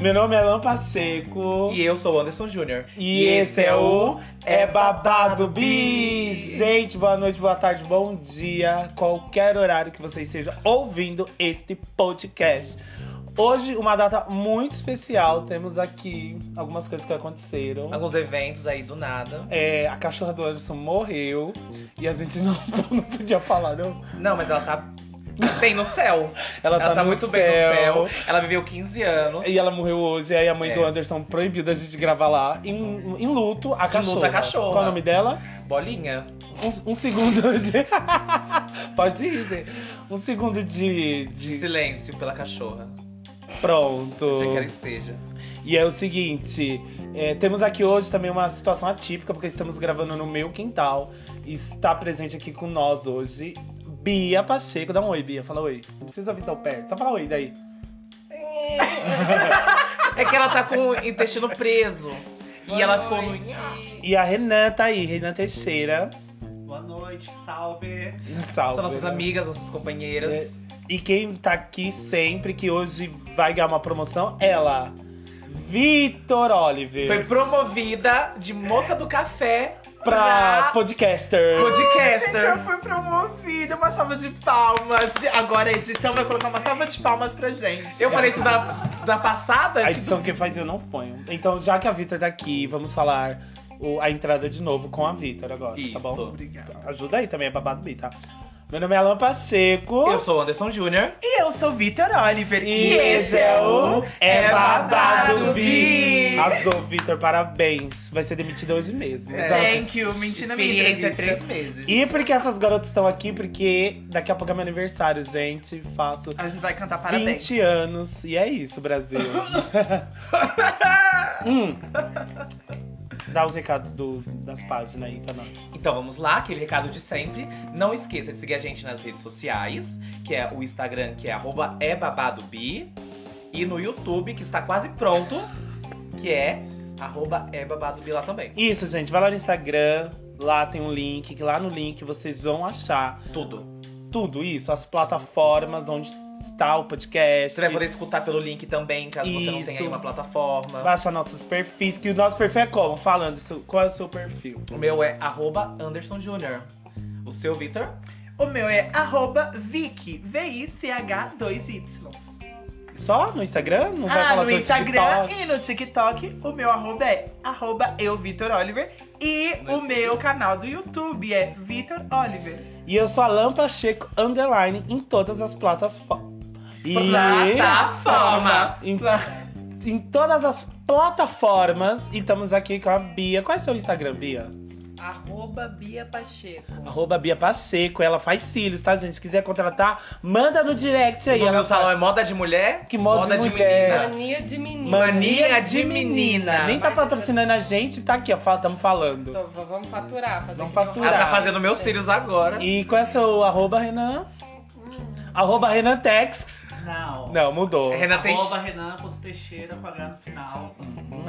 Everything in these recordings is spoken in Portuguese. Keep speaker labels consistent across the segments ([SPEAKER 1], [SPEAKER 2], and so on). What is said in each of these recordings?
[SPEAKER 1] Meu nome é Lampa Seco.
[SPEAKER 2] E eu sou o Anderson Júnior.
[SPEAKER 1] E esse é o É Babado Bis! Gente, boa noite, boa tarde, bom dia, qualquer horário que você esteja ouvindo este podcast. Hoje, uma data muito especial, temos aqui algumas coisas que aconteceram.
[SPEAKER 2] Alguns eventos aí do nada.
[SPEAKER 1] É, a cachorra do Anderson morreu e a gente não, não podia falar, não.
[SPEAKER 2] Não, mas ela tá bem no céu.
[SPEAKER 1] Ela,
[SPEAKER 2] Ela tá muito bem no céu. Ela viveu 15 anos.
[SPEAKER 1] E ela morreu hoje, aí a mãe
[SPEAKER 2] É.
[SPEAKER 1] do Anderson proibiu da gente gravar lá. Em, em luto, a cachorra.
[SPEAKER 2] luto, a cachorra.
[SPEAKER 1] Qual é o nome dela?
[SPEAKER 2] Bolinha.
[SPEAKER 1] Um, um segundo de. Pode ir, gente. Um segundo de.
[SPEAKER 2] De
[SPEAKER 1] de...
[SPEAKER 2] silêncio pela cachorra.
[SPEAKER 1] Pronto.
[SPEAKER 2] Onde quer que ela esteja.
[SPEAKER 1] E é o seguinte: é, temos aqui hoje também uma situação atípica, porque estamos gravando no meu quintal. E está presente aqui com nós hoje Bia Pacheco. Dá um oi, Bia. Fala oi. Não precisa vir tão perto. Só fala oi daí.
[SPEAKER 2] É que ela tá com o intestino preso. e ela ficou no.
[SPEAKER 1] E a Renan tá aí, Renan Teixeira. Um
[SPEAKER 2] Boa noite, salve. É,
[SPEAKER 1] Salve.
[SPEAKER 2] São nossas amigas, nossas companheiras.
[SPEAKER 1] E quem tá aqui sempre, que hoje vai ganhar uma promoção, ela. Vitor Oliver.
[SPEAKER 2] Foi promovida de moça do café
[SPEAKER 1] pra
[SPEAKER 2] pra,
[SPEAKER 1] podcaster.
[SPEAKER 2] podcaster.
[SPEAKER 3] Gente, eu fui promovida, uma salva de palmas. De- Agora a edição vai colocar uma salva de palmas pra gente.
[SPEAKER 2] Eu falei isso da, da passada?
[SPEAKER 1] A
[SPEAKER 2] que
[SPEAKER 1] edição que faz eu não ponho. Então, já que a Vitor tá aqui, vamos falar o- a entrada de novo com a Vitor agora, tá
[SPEAKER 2] Isso.
[SPEAKER 1] bom?
[SPEAKER 3] Obrigada.
[SPEAKER 1] Ajuda aí também, é babado bi, tá? Meu nome é Alan Pacheco.
[SPEAKER 2] Eu sou o Anderson Júnior.
[SPEAKER 3] E eu sou Vitor Oliver.
[SPEAKER 1] E esse é o É Babado Bi. Arrasou, Vitor, parabéns. Vai ser demitido hoje mesmo.
[SPEAKER 2] É.
[SPEAKER 1] Já-
[SPEAKER 3] Thank you, mentira minha
[SPEAKER 2] Experiência é três
[SPEAKER 3] entrevista.
[SPEAKER 2] meses.
[SPEAKER 1] E por que essas garotas estão aqui? Porque daqui a pouco é meu aniversário, gente. Faço
[SPEAKER 3] A gente vai cantar parabéns.
[SPEAKER 1] 20 anos. E é isso, Brasil. Hum. Dá os recados do- das páginas aí pra nós.
[SPEAKER 2] Então vamos lá, aquele recado de sempre. Não esqueça de seguir a gente nas redes sociais, que é o Instagram, que é arroba ebabadobi. E no YouTube, que está quase pronto, que é arroba ebabadobi lá também.
[SPEAKER 1] Isso, gente. Vai lá no Instagram. Lá tem um link. Que lá no link vocês vão achar
[SPEAKER 2] Tudo.
[SPEAKER 1] tudo isso. As plataformas onde está o podcast.
[SPEAKER 2] Você vai poder escutar pelo link também, caso você não tenha
[SPEAKER 1] Isso.
[SPEAKER 2] aí uma plataforma.
[SPEAKER 1] Vai achar nossos perfis. Que o nosso perfil é como? Falando, isso, qual é o seu perfil?
[SPEAKER 2] O meu é arroba Anderson Júnior. O seu, Vitor?
[SPEAKER 3] O meu é arroba Vicky, V-I-C-H-2-Y.
[SPEAKER 1] Só no Instagram? Não vai
[SPEAKER 3] ah,
[SPEAKER 1] falar
[SPEAKER 3] no
[SPEAKER 1] seu
[SPEAKER 3] Instagram
[SPEAKER 1] TikTok?
[SPEAKER 3] e no TikTok, o meu arroba é arroba eu Vitor Oliver. E
[SPEAKER 2] No
[SPEAKER 3] o meu canal do YouTube é Vitor Oliver.
[SPEAKER 1] E eu sou a Lampa Checo Underline em todas as plataformas. E
[SPEAKER 3] Ah, tá. Plataforma.
[SPEAKER 1] em, em todas as plataformas. E estamos aqui com a Bia. Qual é o seu Instagram, Bia?
[SPEAKER 4] Arroba Bia Pacheco.
[SPEAKER 1] Arroba Bia Pacheco. Ela faz cílios, tá, gente? Se quiser contratar, manda no direct aí.
[SPEAKER 2] o
[SPEAKER 1] Ela
[SPEAKER 2] meu salão é moda de mulher?
[SPEAKER 1] Que moda de mulher. É
[SPEAKER 2] menina.
[SPEAKER 4] Mania de menino.
[SPEAKER 2] Mania de menina.
[SPEAKER 1] Nem tá patrocinando a gente, tá aqui, ó. Estamos falando.
[SPEAKER 4] Então, v- vamos faturar. Fazer
[SPEAKER 1] Vamos
[SPEAKER 4] aqui uma-
[SPEAKER 1] faturar.
[SPEAKER 2] Ela tá fazendo meus cílios agora.
[SPEAKER 1] E qual é o seu arroba, Renan? Arroba Renan Tex.
[SPEAKER 5] Não.
[SPEAKER 1] Não, mudou.
[SPEAKER 2] É Renan Teixeira.
[SPEAKER 5] Arroba Renan ponto Teixeira com H no final.
[SPEAKER 4] Mas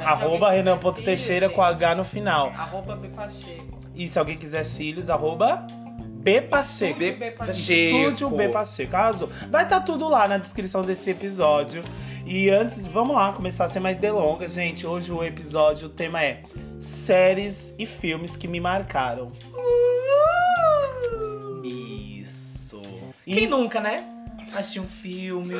[SPEAKER 1] Arroba
[SPEAKER 4] se alguém
[SPEAKER 1] Renan
[SPEAKER 4] quiser
[SPEAKER 1] ponto
[SPEAKER 4] cílios,
[SPEAKER 1] Teixeira com
[SPEAKER 4] gente,
[SPEAKER 1] H no final.
[SPEAKER 4] Arroba B Pacheco.
[SPEAKER 1] E se alguém quiser cílios, arroba Bpacheco.
[SPEAKER 4] B- B Pacheco.
[SPEAKER 1] Estúdio B Pacheco. Caso vai estar tudo lá na descrição desse episódio. E antes, vamos lá, começar sem mais delongas, gente. Hoje o episódio, o tema é séries e filmes que me marcaram.
[SPEAKER 2] Isso.
[SPEAKER 1] E-
[SPEAKER 2] Quem nunca, né? Assistir um filme.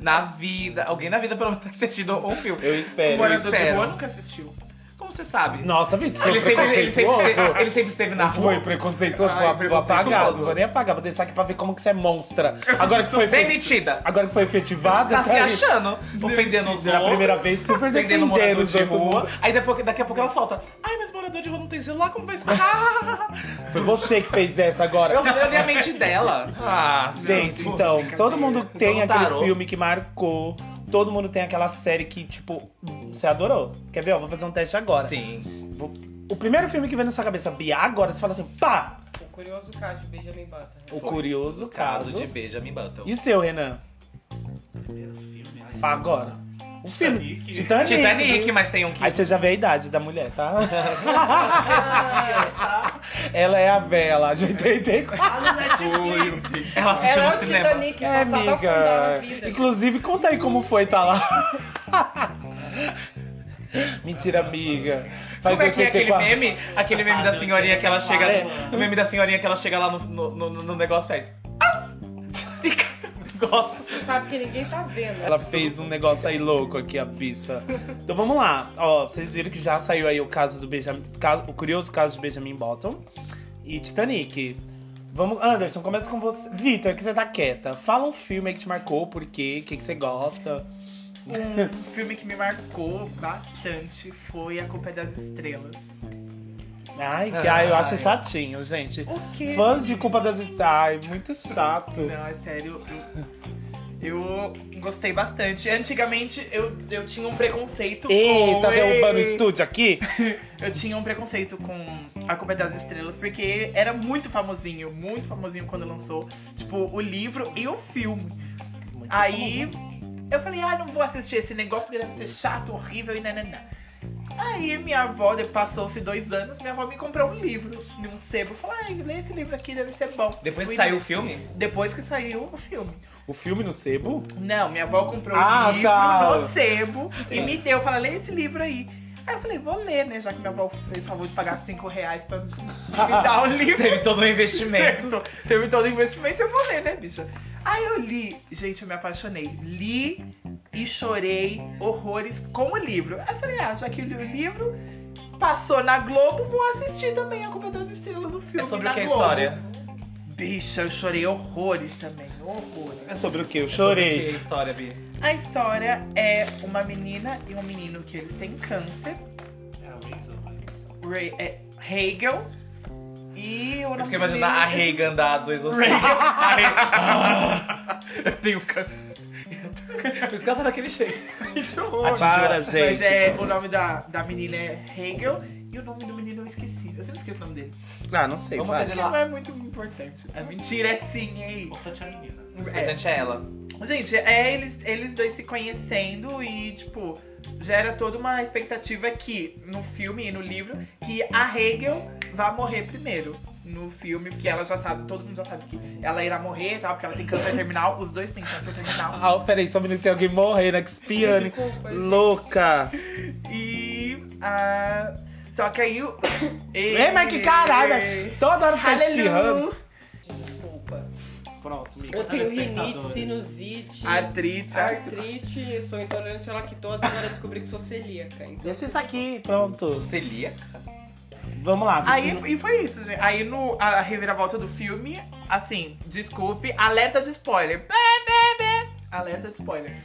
[SPEAKER 2] na vida. Alguém na vida pelo menos deve ter tido um filme.
[SPEAKER 1] Eu
[SPEAKER 3] O
[SPEAKER 1] espero.
[SPEAKER 3] morador de
[SPEAKER 2] espero.
[SPEAKER 3] rua nunca assistiu.
[SPEAKER 2] Como você sabe?
[SPEAKER 1] Nossa, Vitor,
[SPEAKER 2] Ele sempre, ele, sempre,
[SPEAKER 1] preconceituoso.
[SPEAKER 2] esteve- ele sempre esteve na
[SPEAKER 1] Isso foi
[SPEAKER 2] rua.
[SPEAKER 1] preconceituoso,
[SPEAKER 2] Ai,
[SPEAKER 1] vou- vou apagar,
[SPEAKER 2] preconceituoso.
[SPEAKER 1] não vou nem apagar, vou deixar aqui pra ver como que você é monstra. Agora que foi, efet-
[SPEAKER 2] Demitida.
[SPEAKER 1] Agora que foi efetivado,
[SPEAKER 2] Tá se
[SPEAKER 1] aí.
[SPEAKER 2] achando. Ofendendo os
[SPEAKER 1] Demitida. Na
[SPEAKER 2] outros.
[SPEAKER 1] primeira é vez, super
[SPEAKER 2] Ofendendo
[SPEAKER 1] defendendo
[SPEAKER 2] morador
[SPEAKER 1] os
[SPEAKER 2] de
[SPEAKER 1] outros.
[SPEAKER 2] rua. Aí depois, daqui a pouco ela solta. Ai, mas morador de rua não tem celular, como vai escutar?
[SPEAKER 1] Foi você que fez essa agora.
[SPEAKER 2] eu eu li a mente dela. Ah,
[SPEAKER 1] Gente,
[SPEAKER 2] não,
[SPEAKER 1] então, todo mundo tem
[SPEAKER 2] Sou um
[SPEAKER 1] aquele
[SPEAKER 2] tarô.
[SPEAKER 1] filme que marcou. Todo mundo tem aquela série que, tipo, você adorou. Quer ver? Ó, vou fazer um teste agora.
[SPEAKER 2] Sim.
[SPEAKER 1] O primeiro filme que vem na sua cabeça, Bia, agora, você fala assim, pá!
[SPEAKER 4] O curioso caso de Benjamin Button.
[SPEAKER 1] O
[SPEAKER 2] Foi.
[SPEAKER 1] curioso caso.
[SPEAKER 2] Caso de Benjamin Button.
[SPEAKER 1] E seu, Renan?
[SPEAKER 5] Primeiro filme. aí-
[SPEAKER 1] Agora. O filme.
[SPEAKER 5] Titanic.
[SPEAKER 1] Titanic.
[SPEAKER 2] né?
[SPEAKER 1] né?
[SPEAKER 2] Titanic, mas tem um que.
[SPEAKER 1] Aí você já vê a idade da mulher, tá? ela é a vela de 84.
[SPEAKER 5] Ah, não é Netflix.
[SPEAKER 2] Ela assistiu
[SPEAKER 3] é
[SPEAKER 4] Era
[SPEAKER 2] no
[SPEAKER 4] o
[SPEAKER 2] cinema.
[SPEAKER 4] é Titanic, só
[SPEAKER 1] É,
[SPEAKER 4] sabe afundar na
[SPEAKER 1] amiga.
[SPEAKER 4] vida.
[SPEAKER 1] Inclusive, conta aí como foi tá lá. Mentira, amiga.
[SPEAKER 2] Como é que
[SPEAKER 1] 84
[SPEAKER 2] é aquele meme? Aquele
[SPEAKER 1] Ah,
[SPEAKER 2] meme da senhorinha que ela chega.
[SPEAKER 1] É.
[SPEAKER 2] O meme da senhorinha que ela chega lá no, no, no, no negócio e faz. "Ah!" E cai o negócio.
[SPEAKER 4] Você sabe que ninguém tá vendo.
[SPEAKER 1] Ela fez um negócio aí louco aqui, a bicha. Então vamos lá. Ó, vocês viram que já saiu aí o caso do Benjamin. caso- O curioso caso de Benjamin Bottom e Titanic. Vamos, Anderson, começa com você. Vitor, que você tá quieta. Fala um filme aí que te marcou, por quê? O que, que você gosta?
[SPEAKER 3] Um filme que me marcou bastante foi A Culpa é das Estrelas.
[SPEAKER 1] Ai, que ai, eu acho chatinho, gente.
[SPEAKER 3] O quê?
[SPEAKER 1] Fãs de culpa das. Ai, muito chato.
[SPEAKER 3] Não, é sério. Eu, eu gostei bastante. Antigamente eu, eu tinha um preconceito com.
[SPEAKER 1] Eita, tá derrubando o
[SPEAKER 3] Ei!
[SPEAKER 1] estúdio aqui.
[SPEAKER 3] Eu tinha um preconceito com A Culpa é das Estrelas, porque era muito famosinho, muito famosinho quando lançou, tipo, o livro e o filme.
[SPEAKER 1] Muito
[SPEAKER 3] Aí eu falei, ah, não vou assistir esse negócio porque deve ser chato, horrível e nananã. Aí minha avó, de- passou-se dois anos, minha avó me comprou um livro de um sebo. Falou, ai, lê esse livro aqui, deve ser bom.
[SPEAKER 2] Depois que
[SPEAKER 3] Fui-
[SPEAKER 2] saiu o filme,
[SPEAKER 3] Depois que saiu o filme.
[SPEAKER 1] O filme no sebo?
[SPEAKER 3] Não, minha avó comprou
[SPEAKER 1] Ah,
[SPEAKER 3] um livro
[SPEAKER 1] tá.
[SPEAKER 3] no sebo e me deu. Fala, lê esse livro aí. Aí eu falei, vou ler, né? Já que minha avó fez favor de pagar 5 reais pra me dar o livro.
[SPEAKER 2] teve todo um investimento.
[SPEAKER 3] Teve to- Teve todo o investimento, eu vou ler, né, bicha? Aí eu li, gente, eu me apaixonei. Li e chorei horrores com o livro. Aí eu falei, ah, já que eu li o livro, passou na Globo, vou assistir também A Culpa é das Estrelas, o filme
[SPEAKER 2] É sobre
[SPEAKER 3] na
[SPEAKER 2] o que é a
[SPEAKER 3] Globo.
[SPEAKER 2] história?
[SPEAKER 3] Bicha, eu chorei horrores também, horrores.
[SPEAKER 1] É sobre o quê? Eu
[SPEAKER 2] Sobre o que
[SPEAKER 1] chorei.
[SPEAKER 2] é a história, Bi?
[SPEAKER 3] A história é uma menina e um menino que eles têm câncer.
[SPEAKER 5] É, o Winslow, mas-
[SPEAKER 3] Re- é Hegel. E o
[SPEAKER 2] Eu
[SPEAKER 3] nome
[SPEAKER 2] fiquei imaginando a
[SPEAKER 3] dele- é
[SPEAKER 2] Reagan da do Exorcista. A Reagan.
[SPEAKER 3] Eu tenho câncer.
[SPEAKER 2] Por isso que ela tá daquele jeito.
[SPEAKER 3] Que horror.
[SPEAKER 1] Ah, Para,
[SPEAKER 3] Mas
[SPEAKER 1] gente.
[SPEAKER 3] é, o nome da, da menina é Hegel e o nome do menino eu esqueci. Eu sempre esqueço o nome dele.
[SPEAKER 1] Ah, não sei,
[SPEAKER 2] Vamos
[SPEAKER 1] vai.
[SPEAKER 2] Sei
[SPEAKER 3] Porque
[SPEAKER 2] lá.
[SPEAKER 3] não é muito importante. É mentira, é sim, é isso.
[SPEAKER 5] Importante é a menina.
[SPEAKER 2] O
[SPEAKER 3] É.
[SPEAKER 2] importante é ela.
[SPEAKER 3] Gente, é eles, eles dois se conhecendo e, tipo, gera toda uma expectativa que, no filme e no livro, que a Hegel vai morrer primeiro. No filme, porque ela já sabe, todo mundo já sabe que ela irá morrer e tal, porque ela tem câncer terminal, os dois têm câncer terminal.
[SPEAKER 1] Ah, peraí, só um minuto, tem alguém morrendo, que espiane.
[SPEAKER 4] Desculpa, gente.
[SPEAKER 1] Louca!
[SPEAKER 3] E. Ah, só que aí. o-
[SPEAKER 1] Ei, mas que caralho! velho. Toda hora fica espirrando.
[SPEAKER 3] Aleluia!
[SPEAKER 4] Desculpa.
[SPEAKER 1] Pronto, amiga.
[SPEAKER 4] Eu tenho rinite,
[SPEAKER 5] Telespectadores.
[SPEAKER 4] sinusite,
[SPEAKER 3] Artrite, artrite.
[SPEAKER 4] artrite, eu sou intolerante à lactose, agora descobri que sou celíaca. Então,
[SPEAKER 1] Deixa isso aqui, pronto.
[SPEAKER 2] Celia.
[SPEAKER 1] Vamos lá.
[SPEAKER 3] Aí
[SPEAKER 1] continua.
[SPEAKER 3] e foi isso, gente. Aí no, a reviravolta do filme, assim, desculpe, alerta de spoiler. Bé, bé, bé. Alerta de spoiler.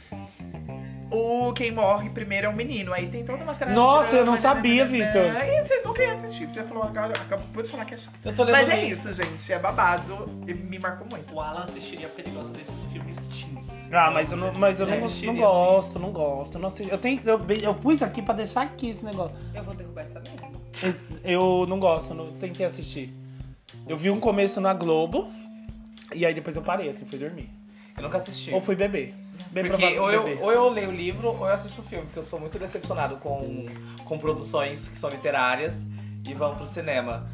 [SPEAKER 3] O quem morre primeiro é um menino. Aí tem toda uma tra-
[SPEAKER 1] Nossa, eu não
[SPEAKER 3] trama,
[SPEAKER 1] sabia,
[SPEAKER 3] nananã.
[SPEAKER 1] Vitor.
[SPEAKER 3] E vocês não querem assistir. Você falou agora, acabou de falar que é chato.
[SPEAKER 2] Eu tô um
[SPEAKER 3] Mas
[SPEAKER 2] lembrando.
[SPEAKER 3] é isso, gente. É babado. e Me marcou muito.
[SPEAKER 5] O Alan assistiria porque ele gosta desses filmes teens.
[SPEAKER 1] Ah, mas eu não, mas eu não,
[SPEAKER 4] É,
[SPEAKER 5] Ele
[SPEAKER 1] não
[SPEAKER 5] assistiria.
[SPEAKER 1] gosto, não gosto. Não assisti- eu, tenho, eu, eu pus aqui pra deixar aqui esse negócio.
[SPEAKER 4] eu vou derrubar essa merda.
[SPEAKER 1] Eu não gosto, eu não tentei assistir. Eu vi um começo na Globo. E aí depois eu parei, assim, fui dormir.
[SPEAKER 2] Eu nunca assisti.
[SPEAKER 1] Ou fui beber. Bem
[SPEAKER 2] Porque
[SPEAKER 1] provável
[SPEAKER 2] ou eu,
[SPEAKER 1] beber.
[SPEAKER 2] ou eu leio o livro ou eu assisto o filme, porque eu sou muito decepcionado com, com produções que são literárias e vão pro cinema.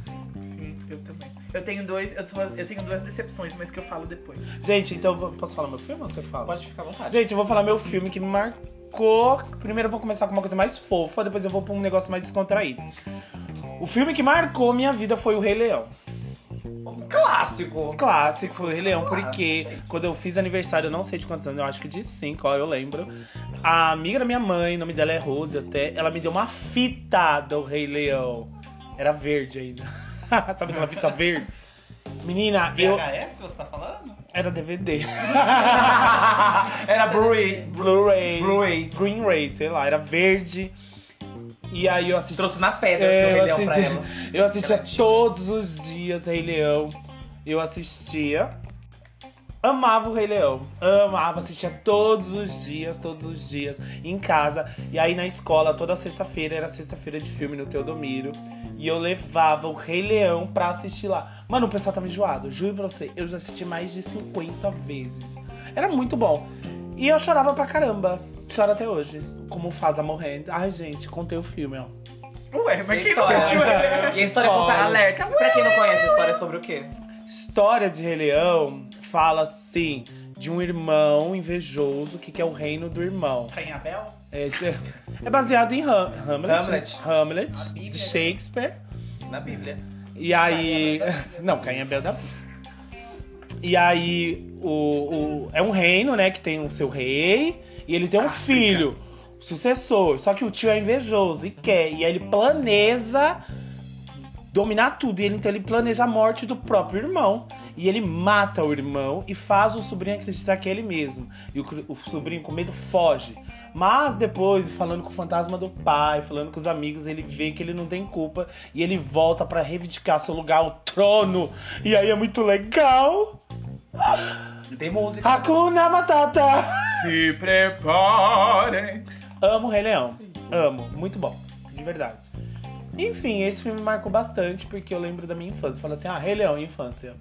[SPEAKER 3] Sim, eu também. Eu tenho dois, eu, tô- eu tenho duas decepções, mas que eu falo depois.
[SPEAKER 1] Gente, então eu vou- posso falar meu filme ou você fala?
[SPEAKER 2] Pode ficar à vontade.
[SPEAKER 1] Gente, eu vou falar meu filme que me marcou. Primeiro eu vou começar com uma coisa mais fofa, depois eu vou pra um negócio mais descontraído. O filme que marcou minha vida foi O Rei Leão.
[SPEAKER 2] Um clássico!
[SPEAKER 1] O clássico foi O Rei Leão,
[SPEAKER 2] Claro,
[SPEAKER 1] porque
[SPEAKER 2] gente.
[SPEAKER 1] quando eu fiz aniversário, eu não sei de quantos anos, eu acho que de 5, ó, eu lembro. A amiga da minha mãe, o nome dela é Rose até, ela me deu uma fita do Rei Leão. Era verde ainda. Sabe aquela fita verde? Menina, eu.
[SPEAKER 5] VHS, você tá falando?
[SPEAKER 1] Era DVD.
[SPEAKER 2] Era Blu-ray.
[SPEAKER 1] Blu-ray.
[SPEAKER 2] Blu-ray.
[SPEAKER 1] Green Ray, sei lá, era verde. E aí eu assisti.
[SPEAKER 2] Trouxe na pedra
[SPEAKER 1] É,
[SPEAKER 2] o seu
[SPEAKER 1] eu
[SPEAKER 2] Rei Leão pra
[SPEAKER 1] assisti-
[SPEAKER 2] ela.
[SPEAKER 1] Eu assistia
[SPEAKER 2] Ela tinha.
[SPEAKER 1] todos os dias Rei Leão. Eu assistia. Amava o Rei Leão. Amava, assistia todos os dias, todos os dias, em casa. E aí na escola, toda sexta-feira, era sexta-feira de filme no Teodomiro. E eu levava o Rei Leão pra assistir lá. Mano, o pessoal tava enjoado. Juro pra você, eu já assisti mais de 50 vezes. Era muito bom. E eu chorava pra caramba. Choro até hoje. Como faz a morrendo. Ai, gente, contei o filme, ó.
[SPEAKER 3] Ué,
[SPEAKER 1] é
[SPEAKER 3] mas
[SPEAKER 2] E
[SPEAKER 3] quem
[SPEAKER 2] a
[SPEAKER 3] não assistiu?
[SPEAKER 2] história- E a história
[SPEAKER 1] Olha.
[SPEAKER 2] contada.
[SPEAKER 3] Alerta.
[SPEAKER 2] Pra quem não conhece, a história é sobre o quê?
[SPEAKER 1] História de Rei Leão fala assim de um irmão invejoso que quer o reino do irmão.
[SPEAKER 5] Caim Abel?
[SPEAKER 1] É, de- é baseado em Ham- Hamlet,
[SPEAKER 2] Hamlet.
[SPEAKER 1] Hamlet,
[SPEAKER 4] A Bíblia,
[SPEAKER 1] de
[SPEAKER 4] né?
[SPEAKER 1] Shakespeare.
[SPEAKER 2] Na Bíblia.
[SPEAKER 1] E aí. Não, Caim é Bel da E aí, o, o- é um reino, né? Que tem o seu rei. E ele tem um filho, um sucessor. Só que o tio é invejoso e quer. E aí ele planeja dominar tudo. E ele, então ele planeja a morte do próprio irmão. E ele mata o irmão e faz o sobrinho acreditar que é ele mesmo. E o, cr- o sobrinho, com medo, foge. Mas depois, falando com o fantasma do pai, falando com os amigos, ele vê que ele não tem culpa e ele volta pra reivindicar seu lugar ao trono. E aí é muito legal.
[SPEAKER 2] Tem música.
[SPEAKER 1] Hakuna Matata!
[SPEAKER 3] Se preparem.
[SPEAKER 1] Amo Rei Leão. Amo. Muito bom. De verdade. Enfim, esse filme marcou bastante porque eu lembro da minha infância. Fala assim: ah, Rei Leão, infância.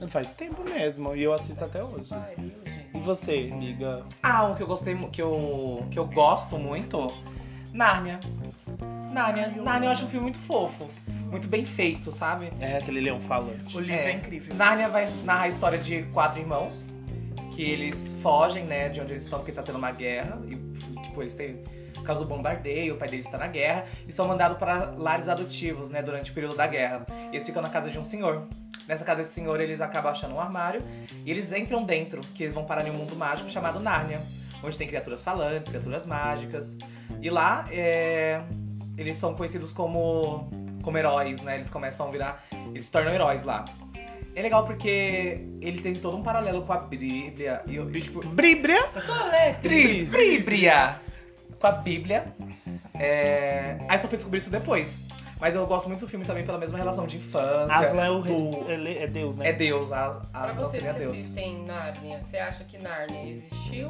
[SPEAKER 1] Não faz tempo mesmo. E eu assisto até hoje.
[SPEAKER 4] Pariu, gente.
[SPEAKER 1] E você, amiga?
[SPEAKER 2] Ah, um que eu gostei, mu- que eu, que eu gosto muito. Nárnia. Nárnia. Nárnia eu acho um filme muito fofo. Muito bem feito, sabe?
[SPEAKER 1] É aquele leão falante.
[SPEAKER 3] O livro
[SPEAKER 2] É.
[SPEAKER 3] é, incrível.
[SPEAKER 2] Nárnia vai narrar a história de quatro irmãos. Que eles fogem, né, de onde eles estão, porque tá tendo uma guerra. E, tipo, eles têm... Por causa do bombardeio, o pai deles tá na guerra. E são mandados para lares adotivos, né, durante o período da guerra. E eles ficam na casa de um senhor. Nessa casa desse senhor, eles acabam achando um armário. E eles entram dentro, que eles vão parar em um mundo mágico chamado Nárnia. Onde tem criaturas falantes, criaturas mágicas. E lá, é, eles são conhecidos como, como heróis, né? Eles começam a virar... Eles se tornam heróis lá. É legal porque ele tem todo um paralelo com a Bíblia. E, eu- e tipo,
[SPEAKER 1] Bríbria?
[SPEAKER 2] Tri- Bíblia! Com a Bíblia. É... Aí só fui descobrir isso depois. Mas eu gosto muito do filme também pela mesma relação de infância.
[SPEAKER 1] Aslan é o
[SPEAKER 2] do-
[SPEAKER 1] rei. ele É Deus, né?
[SPEAKER 2] É Deus, a, a
[SPEAKER 4] Pra
[SPEAKER 2] não
[SPEAKER 4] você
[SPEAKER 2] seria
[SPEAKER 4] né, que
[SPEAKER 2] Deus.
[SPEAKER 4] assiste em Nárnia, você acha que Nárnia existiu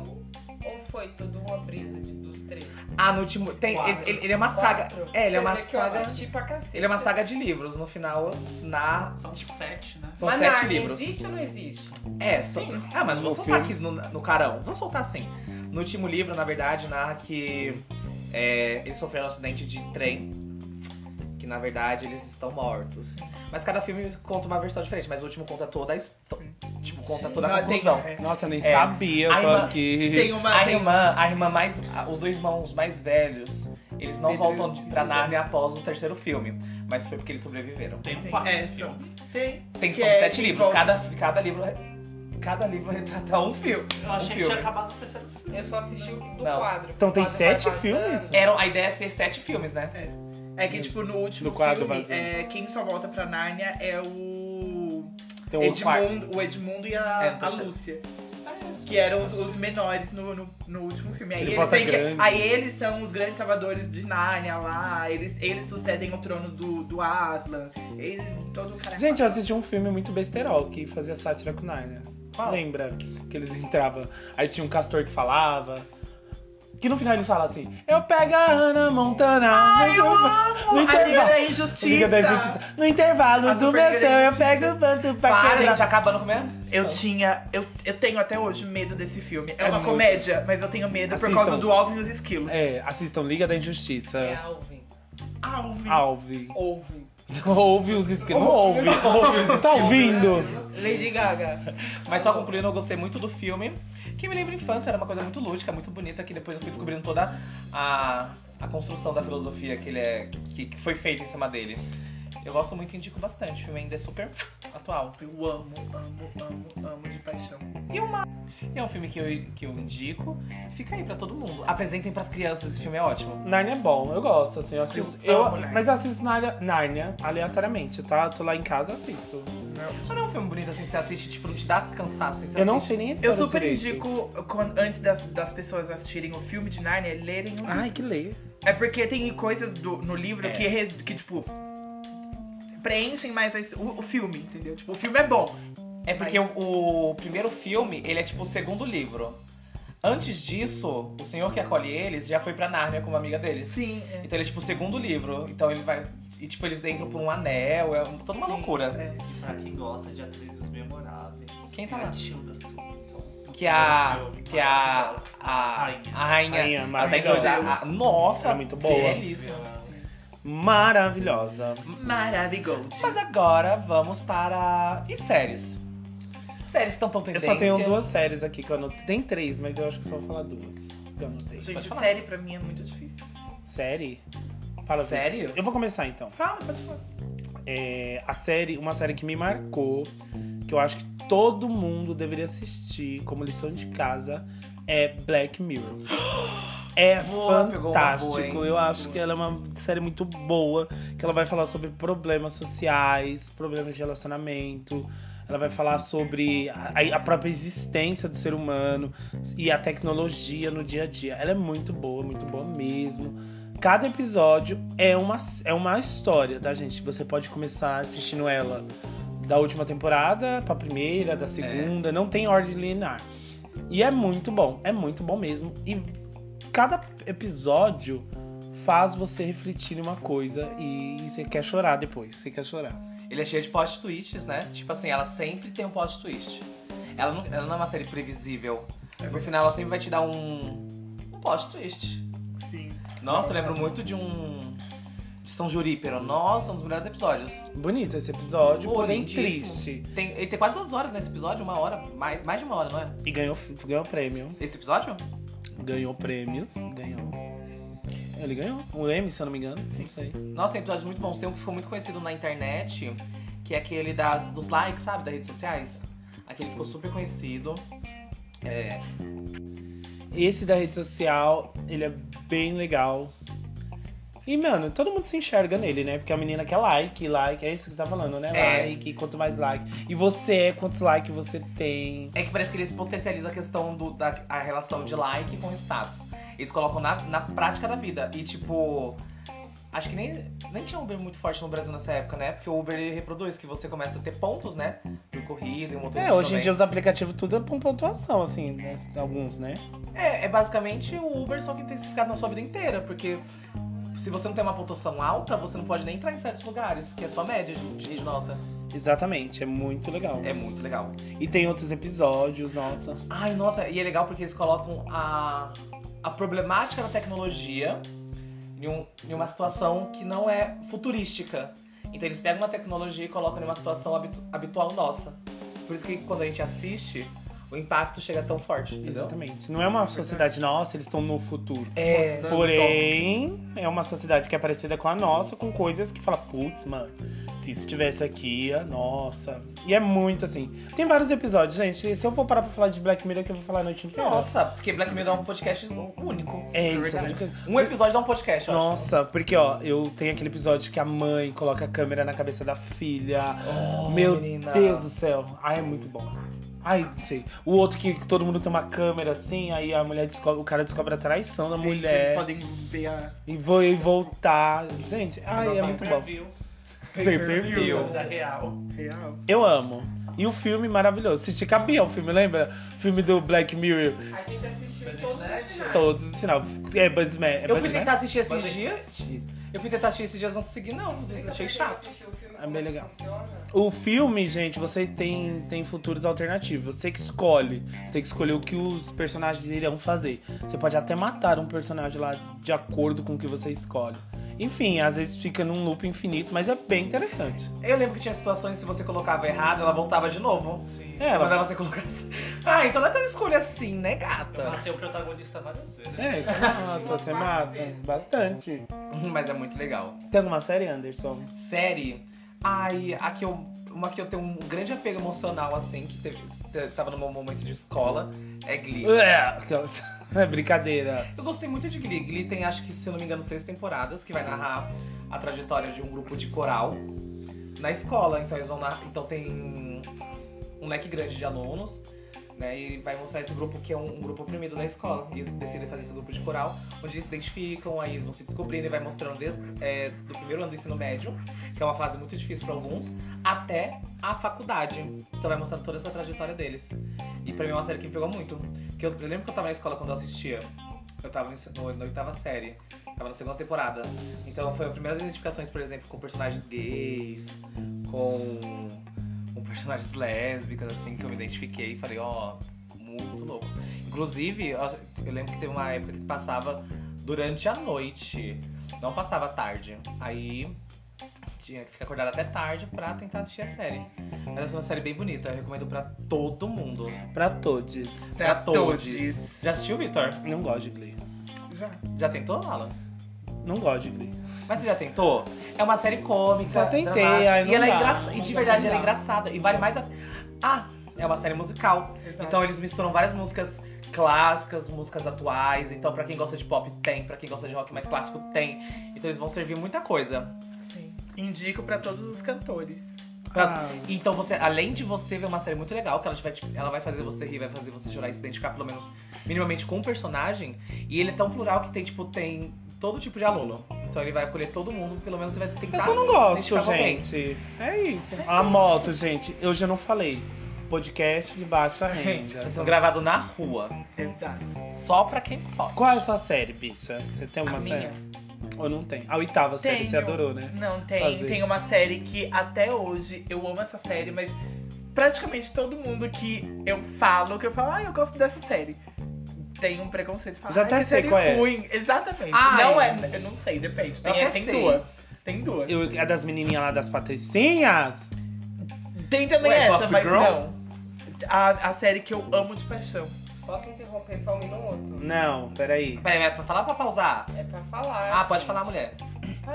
[SPEAKER 4] ou foi tudo uma brisa de, dos três?
[SPEAKER 2] Ah, no último. Tem, ele, ele- ele é uma saga.
[SPEAKER 4] Quatro.
[SPEAKER 2] É, ele é
[SPEAKER 4] Quer
[SPEAKER 2] uma
[SPEAKER 4] dizer que eu
[SPEAKER 2] saga.
[SPEAKER 4] assisti pra cacete.
[SPEAKER 2] Ele é uma saga de livros. No final, na.
[SPEAKER 5] São sete, né?
[SPEAKER 2] São
[SPEAKER 4] Mas
[SPEAKER 2] sete
[SPEAKER 4] Nárnia
[SPEAKER 2] livros.
[SPEAKER 4] existe ou não existe?
[SPEAKER 2] É, só... Ah, mas não vou
[SPEAKER 1] No
[SPEAKER 2] soltar
[SPEAKER 1] filme.
[SPEAKER 2] aqui no, no carão. Vou soltar assim. No último livro, na verdade, narra que é, eles sofreram um acidente de trem. Que na verdade eles estão mortos. Mas cada filme conta uma versão diferente, mas o último conta toda a história. Tipo, conta toda a
[SPEAKER 3] Não, Ah, tem-
[SPEAKER 2] conclusão.
[SPEAKER 1] Nossa, eu nem
[SPEAKER 2] É.
[SPEAKER 1] sabia. Eu
[SPEAKER 2] Ai,
[SPEAKER 1] tô
[SPEAKER 2] mano,
[SPEAKER 1] aqui.
[SPEAKER 3] Tem uma.
[SPEAKER 2] A
[SPEAKER 3] Tem...
[SPEAKER 2] irmã, a irmã mais. a- Os dois irmãos mais velhos, eles não
[SPEAKER 3] Pedro
[SPEAKER 2] voltam de-
[SPEAKER 3] e
[SPEAKER 2] pra
[SPEAKER 3] Suzana.
[SPEAKER 2] Nárnia após o terceiro filme. Mas foi porque eles sobreviveram.
[SPEAKER 5] Tem
[SPEAKER 3] Sim,
[SPEAKER 5] um quarto
[SPEAKER 3] é,
[SPEAKER 5] filme.
[SPEAKER 3] tem.
[SPEAKER 2] Tem
[SPEAKER 3] Que
[SPEAKER 2] são
[SPEAKER 3] é-
[SPEAKER 2] sete
[SPEAKER 3] que
[SPEAKER 2] livros.
[SPEAKER 3] volta.
[SPEAKER 2] Cada, cada livro. Cada livro retrata um filme.
[SPEAKER 5] Eu achei que
[SPEAKER 2] filme.
[SPEAKER 5] tinha acabado no terceiro filme.
[SPEAKER 4] Eu só assisti o do
[SPEAKER 2] Não.
[SPEAKER 4] quadro.
[SPEAKER 1] Então
[SPEAKER 4] O
[SPEAKER 1] tem
[SPEAKER 4] quadro vai
[SPEAKER 1] sete
[SPEAKER 4] passando.
[SPEAKER 1] filmes?
[SPEAKER 2] Eram, a ideia é ser sete filmes, né?
[SPEAKER 3] É que, tipo, no último
[SPEAKER 1] No quadro
[SPEAKER 3] filme,
[SPEAKER 1] vazio.
[SPEAKER 3] é, quem só volta pra Nárnia é o.
[SPEAKER 1] Tem outro quarto.
[SPEAKER 3] Edmundo, o Edmundo e a,
[SPEAKER 2] É, tá
[SPEAKER 3] a
[SPEAKER 2] certo.
[SPEAKER 3] Lúcia. Que eram os, os menores no, no, no último filme. Aí
[SPEAKER 1] Ele
[SPEAKER 3] eles,
[SPEAKER 1] volta
[SPEAKER 3] têm que-
[SPEAKER 1] grande.
[SPEAKER 3] aí eles são os grandes salvadores de Nárnia lá. Eles, eles sucedem o trono do, do Aslan. Eles, todo o cara. é
[SPEAKER 1] Gente, eu assisti um filme muito besterol que fazia sátira com Narnia.
[SPEAKER 4] É.
[SPEAKER 2] Qual?
[SPEAKER 1] Lembra? Que eles entravam. Aí tinha um castor que falava. Que no final eles falam assim: Eu pego a Ana Montana. mas eu- No
[SPEAKER 3] a Liga
[SPEAKER 1] intervalo.
[SPEAKER 3] da Injustiça.
[SPEAKER 1] Liga da Justiça. No intervalo
[SPEAKER 3] A
[SPEAKER 1] do
[SPEAKER 3] Superliga
[SPEAKER 1] meu
[SPEAKER 3] da
[SPEAKER 1] céu, eu
[SPEAKER 3] Justiça.
[SPEAKER 1] pego o banto pra
[SPEAKER 2] Para,
[SPEAKER 1] casa.
[SPEAKER 2] gente, Tá acabando comendo.
[SPEAKER 3] Eu tinha. Eu, eu tenho até hoje medo desse filme. É,
[SPEAKER 1] É
[SPEAKER 3] uma
[SPEAKER 1] muito.
[SPEAKER 3] comédia, mas eu tenho medo
[SPEAKER 1] Assistam.
[SPEAKER 3] por causa do Alvin e os Esquilos.
[SPEAKER 1] É, assistam Liga da Injustiça.
[SPEAKER 4] É Alvin.
[SPEAKER 3] Alvin.
[SPEAKER 1] Alve.
[SPEAKER 4] Ouve.
[SPEAKER 1] Ouve os esquilos. Não ouve. ouve os... Tá ouvindo?
[SPEAKER 4] Lady Gaga.
[SPEAKER 2] Mas só concluindo, eu gostei muito do filme. Que me lembra a infância, era uma coisa muito lúdica, muito bonita, que depois eu fui descobrindo toda a, a construção da filosofia que ele é. Que, que foi feita em cima dele. Eu gosto muito e indico bastante. O filme ainda é super atual.
[SPEAKER 3] Eu amo, amo, amo, amo de paixão.
[SPEAKER 2] E é um filme que eu, que eu indico. Fica aí pra todo mundo. Apresentem pras crianças, esse filme é ótimo.
[SPEAKER 1] Narnia é bom, eu gosto, assim, eu assisto.
[SPEAKER 3] Eu
[SPEAKER 1] Eu,
[SPEAKER 3] amo Narnia.
[SPEAKER 1] mas eu assisto Narnia, Narnia aleatoriamente, tá? Tô lá em casa assisto.
[SPEAKER 2] Mas não é um filme bonito assim, que você assiste, tipo, não te dá cansaço. Assim, você
[SPEAKER 1] Eu não
[SPEAKER 2] assiste.
[SPEAKER 1] sei nem a
[SPEAKER 3] Eu
[SPEAKER 1] história
[SPEAKER 3] super
[SPEAKER 1] direito.
[SPEAKER 3] indico, quando- antes das, das pessoas assistirem o filme de Narnia, lerem o livro.
[SPEAKER 1] Ai, que lê.
[SPEAKER 3] É porque tem coisas do- no livro
[SPEAKER 2] É.
[SPEAKER 3] que, re- que, tipo, preenchem mais esse- o, o filme, entendeu? Tipo, o filme é bom.
[SPEAKER 2] É porque o, o primeiro filme, ele é tipo o segundo livro. Antes disso, o senhor que acolhe eles já foi pra Nárnia com uma amiga deles.
[SPEAKER 3] Sim.
[SPEAKER 2] Então ele é tipo o segundo livro. Então ele vai. E tipo, eles entram por um anel, é um- toda uma loucura.
[SPEAKER 5] E pra quem gosta de atrizes memoráveis.
[SPEAKER 2] Quem tá
[SPEAKER 5] tem
[SPEAKER 2] lá?
[SPEAKER 5] A Tilda Swinton. É um
[SPEAKER 2] Que é a.
[SPEAKER 5] Filme
[SPEAKER 2] Que a. A,
[SPEAKER 5] Rainha.
[SPEAKER 2] a rainha.
[SPEAKER 1] Rainha,
[SPEAKER 2] Até que hoje
[SPEAKER 1] maravilhosa.
[SPEAKER 2] a, a- Nossa!
[SPEAKER 1] É muito boa.
[SPEAKER 2] Que delícia.
[SPEAKER 5] maravilhosa.
[SPEAKER 1] Maravilhosa.
[SPEAKER 3] Maravigold.
[SPEAKER 2] Mas agora vamos para. E séries? Séries estão tão
[SPEAKER 1] Eu
[SPEAKER 2] tendência.
[SPEAKER 1] só tenho duas séries aqui que eu anotei. Tem três, mas eu acho que só vou falar duas que eu anotei.
[SPEAKER 2] Pode
[SPEAKER 3] Gente,
[SPEAKER 2] falar.
[SPEAKER 3] série pra mim é muito difícil.
[SPEAKER 1] Série? Fala, Vitor.
[SPEAKER 2] Sério?
[SPEAKER 1] Eu vou começar então.
[SPEAKER 3] Fala, pode falar.
[SPEAKER 1] É, a série, uma série que me marcou, que eu acho que todo mundo deveria assistir como lição de casa, é Black Mirror. É
[SPEAKER 2] Boa, pegou uma boa,
[SPEAKER 1] fantástico.
[SPEAKER 2] hein?
[SPEAKER 1] eu acho que ela é uma série muito boa, que ela vai falar sobre problemas sociais, problemas de relacionamento. Ela vai falar sobre a, a própria existência do ser humano e a tecnologia no dia a dia. Ela é muito boa, muito boa mesmo. Cada episódio é uma, é uma história, tá, gente? Você pode começar assistindo ela da última temporada pra primeira, da segunda, não tem ordem linear. E é muito bom, é muito bom mesmo. E cada episódio faz você refletir em uma coisa e você quer chorar depois, você quer chorar.
[SPEAKER 2] Ele é cheio de plot twists, né? Tipo assim, ela sempre tem um plot twist. Ela não, ela não é uma série previsível. No final, ela sempre vai te dar um, um plot twist.
[SPEAKER 3] Sim.
[SPEAKER 2] Nossa, eu lembro muito de um. De São Jurípero. Nossa, um dos melhores episódios.
[SPEAKER 1] Bonito esse episódio,
[SPEAKER 2] Pô,
[SPEAKER 1] porém
[SPEAKER 2] lindíssimo.
[SPEAKER 1] triste.
[SPEAKER 2] Tem, ele tem quase duas horas nesse episódio, uma hora, mais, mais de uma hora, não é?
[SPEAKER 1] E ganhou, ganhou prêmio.
[SPEAKER 2] Esse episódio?
[SPEAKER 1] Ganhou prêmios, ganhou. Ele ganhou um M, se eu não me engano. Não sei.
[SPEAKER 2] Nossa, tem episódios muito bons. Tem um que ficou muito conhecido na internet, que é aquele das, dos likes, sabe? Das redes sociais. Aquele ficou super conhecido. É,
[SPEAKER 1] Esse da rede social, ele é bem legal. E, mano, todo mundo se enxerga nele, né? Porque a menina quer like, like, é isso que você tá falando, né?
[SPEAKER 2] É.
[SPEAKER 1] Like, quanto mais like. E você é, quantos likes você tem.
[SPEAKER 2] é que parece que eles potencializam a questão do, da a relação
[SPEAKER 1] Uhum.
[SPEAKER 2] de like com status. Eles colocam na, na prática da vida. E, tipo, acho que nem, nem tinha um Uber muito forte no Brasil nessa época, né? Porque o Uber ele reproduz, que você começa a ter pontos, né? Do corrida, e o motorista
[SPEAKER 1] É, hoje em
[SPEAKER 2] também.
[SPEAKER 1] dia os aplicativos tudo é por pontuação, assim, né? alguns, né?
[SPEAKER 2] É, é basicamente o Uber só que intensificado na sua vida inteira, porque se você não tem uma pontuação alta, você não pode nem entrar em certos lugares, que é só média de, de nota.
[SPEAKER 1] Exatamente, é muito legal.
[SPEAKER 2] É muito legal.
[SPEAKER 1] E tem outros episódios, nossa.
[SPEAKER 2] Ai, nossa, e é legal porque eles colocam a, a problemática da tecnologia em, um- em uma situação que não é futurística. Então eles pegam uma tecnologia e colocam em uma situação habitu- habitual nossa. Por isso que quando a gente assiste, o impacto chega tão forte, entendeu?
[SPEAKER 1] Exatamente. Não é uma sociedade nossa, eles estão no futuro.
[SPEAKER 2] É,
[SPEAKER 1] Porém, é uma sociedade que é parecida com a nossa, com coisas que fala, putz, mano, se isso tivesse aqui, a nossa. E é muito assim. Tem vários episódios, gente. Se eu for parar pra falar de Black Mirror, que eu vou falar a noite inteira.
[SPEAKER 2] Nossa, porque Black Mirror é um podcast único.
[SPEAKER 1] É isso,
[SPEAKER 2] verdade.
[SPEAKER 1] é verdade.
[SPEAKER 2] Um episódio dá um podcast, eu acho.
[SPEAKER 1] Nossa, porque ó, eu tenho aquele episódio que a mãe coloca a câmera na cabeça da filha.
[SPEAKER 2] Oh,
[SPEAKER 1] Meu
[SPEAKER 2] menina.
[SPEAKER 1] Deus do céu. Ai, é muito bom. Ai, não sei. O outro que todo mundo tem uma câmera assim, aí a mulher descobre, o cara descobre a traição da
[SPEAKER 3] Sim,
[SPEAKER 1] mulher.
[SPEAKER 3] Eles podem ver a
[SPEAKER 1] E vou e voltar. Gente, ai, é
[SPEAKER 5] Não,
[SPEAKER 1] muito
[SPEAKER 5] pay
[SPEAKER 1] bom.
[SPEAKER 5] per view.
[SPEAKER 1] Pay-per-view.
[SPEAKER 3] da real. Real.
[SPEAKER 1] Eu amo. E o filme maravilhoso. Se te cabia o filme, lembra? Filme do Black Mirror,
[SPEAKER 4] A gente assistiu
[SPEAKER 5] Bandersnatch?
[SPEAKER 4] todos os finais.
[SPEAKER 1] todos os final. É Budsman. É
[SPEAKER 2] Eu fui
[SPEAKER 1] Budsman?
[SPEAKER 2] tentar assistir esses
[SPEAKER 5] Mas-
[SPEAKER 2] dias. Eu fui tentar assistir esses dias, não consegui, não.
[SPEAKER 4] Explica
[SPEAKER 2] Achei
[SPEAKER 4] pra quem
[SPEAKER 2] chato.
[SPEAKER 4] assistiu o filme
[SPEAKER 1] É
[SPEAKER 4] como
[SPEAKER 1] bem
[SPEAKER 4] que
[SPEAKER 1] legal.
[SPEAKER 4] funciona.
[SPEAKER 1] O filme, gente, você tem, tem futuros alternativos. Você que escolhe. Você tem que escolher o que os personagens irão fazer. Você pode até matar um personagem lá de acordo com o que você escolhe. Enfim, às vezes fica num loop infinito, mas é bem interessante.
[SPEAKER 2] Eu lembro que tinha situações, se você colocava errado, ela voltava de novo.
[SPEAKER 5] Sim.
[SPEAKER 1] É, ela-
[SPEAKER 2] Mandava você colocar assim. Ah, então não é tão escolha assim, né,
[SPEAKER 5] Eu
[SPEAKER 2] gata?
[SPEAKER 5] matei o protagonista várias vezes.
[SPEAKER 1] É, você mata,
[SPEAKER 4] Umas
[SPEAKER 1] você
[SPEAKER 4] quatro
[SPEAKER 1] mata.
[SPEAKER 4] vezes.
[SPEAKER 1] Bastante.
[SPEAKER 2] Mas é muito legal.
[SPEAKER 1] Tem alguma série, Anderson?
[SPEAKER 2] série. Ai, aqui eu, uma que eu tenho um grande apego emocional, assim, que teve, te- tava no meu momento de escola, é Glee.
[SPEAKER 1] É, aquelas- é brincadeira.
[SPEAKER 2] Eu gostei muito de Glee. Glee tem, acho que, se eu não me engano, seis temporadas, que vai narrar a trajetória de um grupo de coral na escola. Então eles vão na... Então tem um leque grande de alunos, né? E vai mostrar esse grupo que é um, um grupo oprimido na escola. E eles decidem fazer esse grupo de coral, onde eles se identificam, aí eles vão se descobrindo e vai mostrando desde é, do primeiro ano do ensino médio, que é uma fase muito difícil para alguns, até a faculdade. Então vai mostrando toda essa trajetória deles. E pra mim é uma série que me pegou muito. Que eu, eu lembro que eu tava na escola quando eu assistia. Eu tava no, na oitava série. Tava na segunda temporada. Então foi as primeiras identificações, por exemplo, com personagens gays, com, com personagens lésbicas, assim, que eu me identifiquei e falei, ó, muito louco. Inclusive, ó, eu lembro que teve uma época que passava durante a noite. Não passava à tarde. Aí tinha que ficar acordado até tarde pra tentar assistir a série. Mas é uma série bem bonita, eu recomendo pra todo mundo.
[SPEAKER 1] Pra todos.
[SPEAKER 2] Pra,
[SPEAKER 3] Pra
[SPEAKER 2] todos.
[SPEAKER 3] todes.
[SPEAKER 2] Já assistiu, Vitor?
[SPEAKER 1] Não gosto de Glee.
[SPEAKER 3] Já.
[SPEAKER 2] Já tentou, Lala?
[SPEAKER 1] Não gosto de Glee.
[SPEAKER 2] Mas você já tentou? É uma série cômica.
[SPEAKER 1] Só tentei,
[SPEAKER 2] dramática.
[SPEAKER 1] aí não
[SPEAKER 2] e ela é
[SPEAKER 1] dá.
[SPEAKER 2] engraçada. E
[SPEAKER 1] Mas
[SPEAKER 2] de
[SPEAKER 1] aí
[SPEAKER 2] verdade,
[SPEAKER 1] não
[SPEAKER 2] ela é
[SPEAKER 1] dá.
[SPEAKER 2] engraçada. E vale mais a. Ah, é uma série musical.
[SPEAKER 1] É.
[SPEAKER 3] Exato.
[SPEAKER 2] Então eles misturam várias músicas clássicas, músicas atuais. Então, pra quem gosta de pop, tem. Pra quem gosta de rock mais clássico, tem. Então eles vão servir muita coisa.
[SPEAKER 3] Sim. Indico pra todos os cantores.
[SPEAKER 2] Pra-
[SPEAKER 1] Ah,
[SPEAKER 2] Então você, além de você ver uma série muito legal, que ela, tiver, ela vai fazer você rir, vai fazer você chorar e se identificar pelo menos minimamente com o personagem. E ele é tão plural que tem, tipo, tem todo tipo de aluno. Então ele vai acolher todo mundo, pelo menos você vai tentar.
[SPEAKER 1] eu só não
[SPEAKER 2] se
[SPEAKER 1] gosto,
[SPEAKER 2] identificar com alguém.
[SPEAKER 1] gente. É isso. A moto, gente. Eu já não falei. Podcast de baixa renda.
[SPEAKER 2] Eles são gravados É na rua.
[SPEAKER 3] Exato.
[SPEAKER 2] Só pra quem gosta.
[SPEAKER 1] Qual é a sua série, bicha? Você tem uma
[SPEAKER 3] A
[SPEAKER 1] série?
[SPEAKER 3] minha?
[SPEAKER 1] Ou não tem? A oitava série, você
[SPEAKER 3] Tenho.
[SPEAKER 1] adorou, né?
[SPEAKER 3] Não, tem,
[SPEAKER 1] Fazer.
[SPEAKER 3] tem uma série que até hoje eu amo essa série, mas praticamente todo mundo que eu falo, que eu falo, ah, eu gosto dessa série. Tem um preconceito de falar,
[SPEAKER 1] Já
[SPEAKER 3] "Ai,
[SPEAKER 1] até
[SPEAKER 3] que
[SPEAKER 1] sei
[SPEAKER 3] série
[SPEAKER 1] qual é."
[SPEAKER 3] ruim. Exatamente.
[SPEAKER 2] Ai.
[SPEAKER 3] Não é, eu não sei, depende. Tem, é,
[SPEAKER 2] Eu até
[SPEAKER 3] tem
[SPEAKER 2] sei.
[SPEAKER 3] duas. Tem duas.
[SPEAKER 1] Eu, a das menininhas lá das patricinhas?
[SPEAKER 3] Tem também
[SPEAKER 2] Ué,
[SPEAKER 3] essa,
[SPEAKER 2] Gossip
[SPEAKER 3] mas
[SPEAKER 2] Girl?
[SPEAKER 3] não. A, a série que eu amo de paixão.
[SPEAKER 4] Posso interromper só um minuto?
[SPEAKER 1] Não, peraí.
[SPEAKER 2] Peraí, é pra falar ou pra pausar?
[SPEAKER 4] É pra falar.
[SPEAKER 2] Ah, pode
[SPEAKER 4] gente.
[SPEAKER 2] falar, mulher.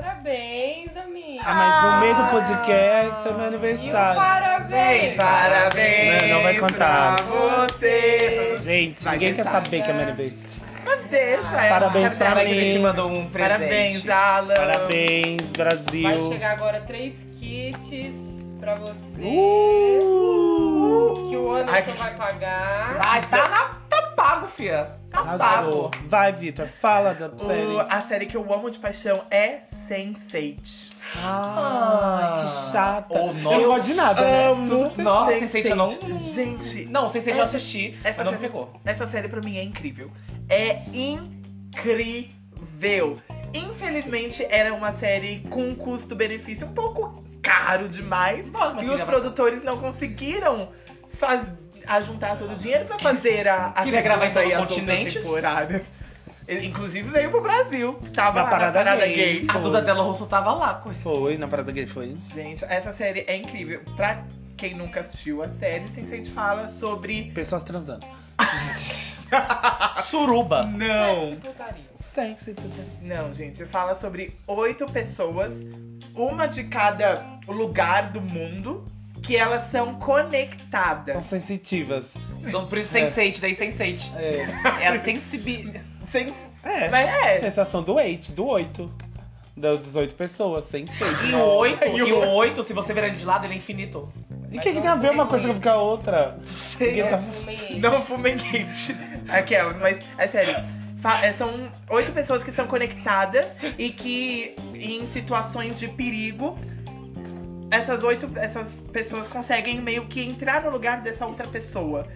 [SPEAKER 4] Parabéns, amiga.
[SPEAKER 1] Ah, mas no meio do podcast é meu
[SPEAKER 4] E um
[SPEAKER 1] aniversário.
[SPEAKER 4] parabéns.
[SPEAKER 3] Parabéns!
[SPEAKER 1] Não, não vai contar.
[SPEAKER 3] Pra você!
[SPEAKER 1] Gente,
[SPEAKER 3] Vai
[SPEAKER 1] ninguém quer
[SPEAKER 3] pensar.
[SPEAKER 1] saber que é meu aniversário.
[SPEAKER 3] Deixa ela.
[SPEAKER 1] Parabéns pra
[SPEAKER 2] Parabéns,
[SPEAKER 1] mim.
[SPEAKER 2] que te mandou um presente.
[SPEAKER 3] Parabéns, Alan.
[SPEAKER 1] Parabéns,
[SPEAKER 4] Vai
[SPEAKER 1] Brasil.
[SPEAKER 4] chegar agora três kits pra você.
[SPEAKER 1] Uh!
[SPEAKER 4] Que o
[SPEAKER 2] Ai,
[SPEAKER 4] Anderson
[SPEAKER 2] que-
[SPEAKER 4] vai pagar.
[SPEAKER 2] Ai, tá, na, tá pago, fia.
[SPEAKER 3] um
[SPEAKER 2] Tá
[SPEAKER 1] Arrasou.
[SPEAKER 2] pago.
[SPEAKER 1] Vai, Vitor, fala da
[SPEAKER 3] O-
[SPEAKER 1] série.
[SPEAKER 3] a série que eu amo de paixão é Sense8.
[SPEAKER 1] Ai, Ah,
[SPEAKER 2] Ah.
[SPEAKER 1] que chata.
[SPEAKER 2] Ou
[SPEAKER 1] Eu não
[SPEAKER 2] não.
[SPEAKER 1] gosto de nada, né?
[SPEAKER 3] Amo
[SPEAKER 2] Nossa,
[SPEAKER 3] Sense8.
[SPEAKER 2] Sense8 eu não-
[SPEAKER 3] Gente,
[SPEAKER 2] Não, sei se eu já
[SPEAKER 3] Essa-
[SPEAKER 2] assisti,
[SPEAKER 3] essa
[SPEAKER 2] mas não me
[SPEAKER 3] série-
[SPEAKER 2] pegou.
[SPEAKER 3] essa série pra mim é incrível. É incrível. Infelizmente, era uma série com um custo-benefício um pouco caro demais.
[SPEAKER 2] Nossa, mas
[SPEAKER 3] e
[SPEAKER 2] que
[SPEAKER 3] os
[SPEAKER 2] grava-
[SPEAKER 3] produtores não conseguiram faz... ajuntar todo o dinheiro pra fazer a, a
[SPEAKER 2] Queria gravar em
[SPEAKER 3] segunda
[SPEAKER 2] todo
[SPEAKER 3] e as outras
[SPEAKER 2] continente.
[SPEAKER 3] temporadas. Ele, Inclusive veio pro Brasil. Tava
[SPEAKER 1] Na
[SPEAKER 3] lá
[SPEAKER 1] parada
[SPEAKER 3] na parada
[SPEAKER 1] gay.
[SPEAKER 3] gay.
[SPEAKER 2] A Duda Della Rosso tava lá. co-
[SPEAKER 1] Foi, na parada gay foi.
[SPEAKER 3] Gente, essa série é incrível. Pra quem nunca assistiu a série, Sense8 fala sobre...
[SPEAKER 1] Pessoas transando.
[SPEAKER 2] Suruba.
[SPEAKER 3] Não!
[SPEAKER 4] Sexo e putaria.
[SPEAKER 1] Sexy, puta.
[SPEAKER 3] Não, gente, fala sobre oito pessoas, uma de cada lugar do mundo, que elas são
[SPEAKER 1] São
[SPEAKER 3] conectadas.
[SPEAKER 1] sensitivas.
[SPEAKER 2] Então, por isso Sense8, daí Sense8.
[SPEAKER 1] É.
[SPEAKER 2] É a sensibilidade.
[SPEAKER 3] Sem...
[SPEAKER 1] é.
[SPEAKER 3] Mas é,
[SPEAKER 1] Sensação do 8, do 8. Das 18 pessoas, sem sede.
[SPEAKER 2] E o
[SPEAKER 1] não.
[SPEAKER 2] 8,
[SPEAKER 1] E
[SPEAKER 2] e o 8, se você virar ele de lado, ele é infinito.
[SPEAKER 1] E o que, que tem a ver uma coisa com a outra? Ninguém tá-
[SPEAKER 4] Não fumem.
[SPEAKER 3] não fumem quente. Aquela, mas é sério. Fa- é, São oito pessoas que são conectadas e que, em situações de perigo, essas oito essas pessoas conseguem meio que entrar no lugar dessa outra pessoa.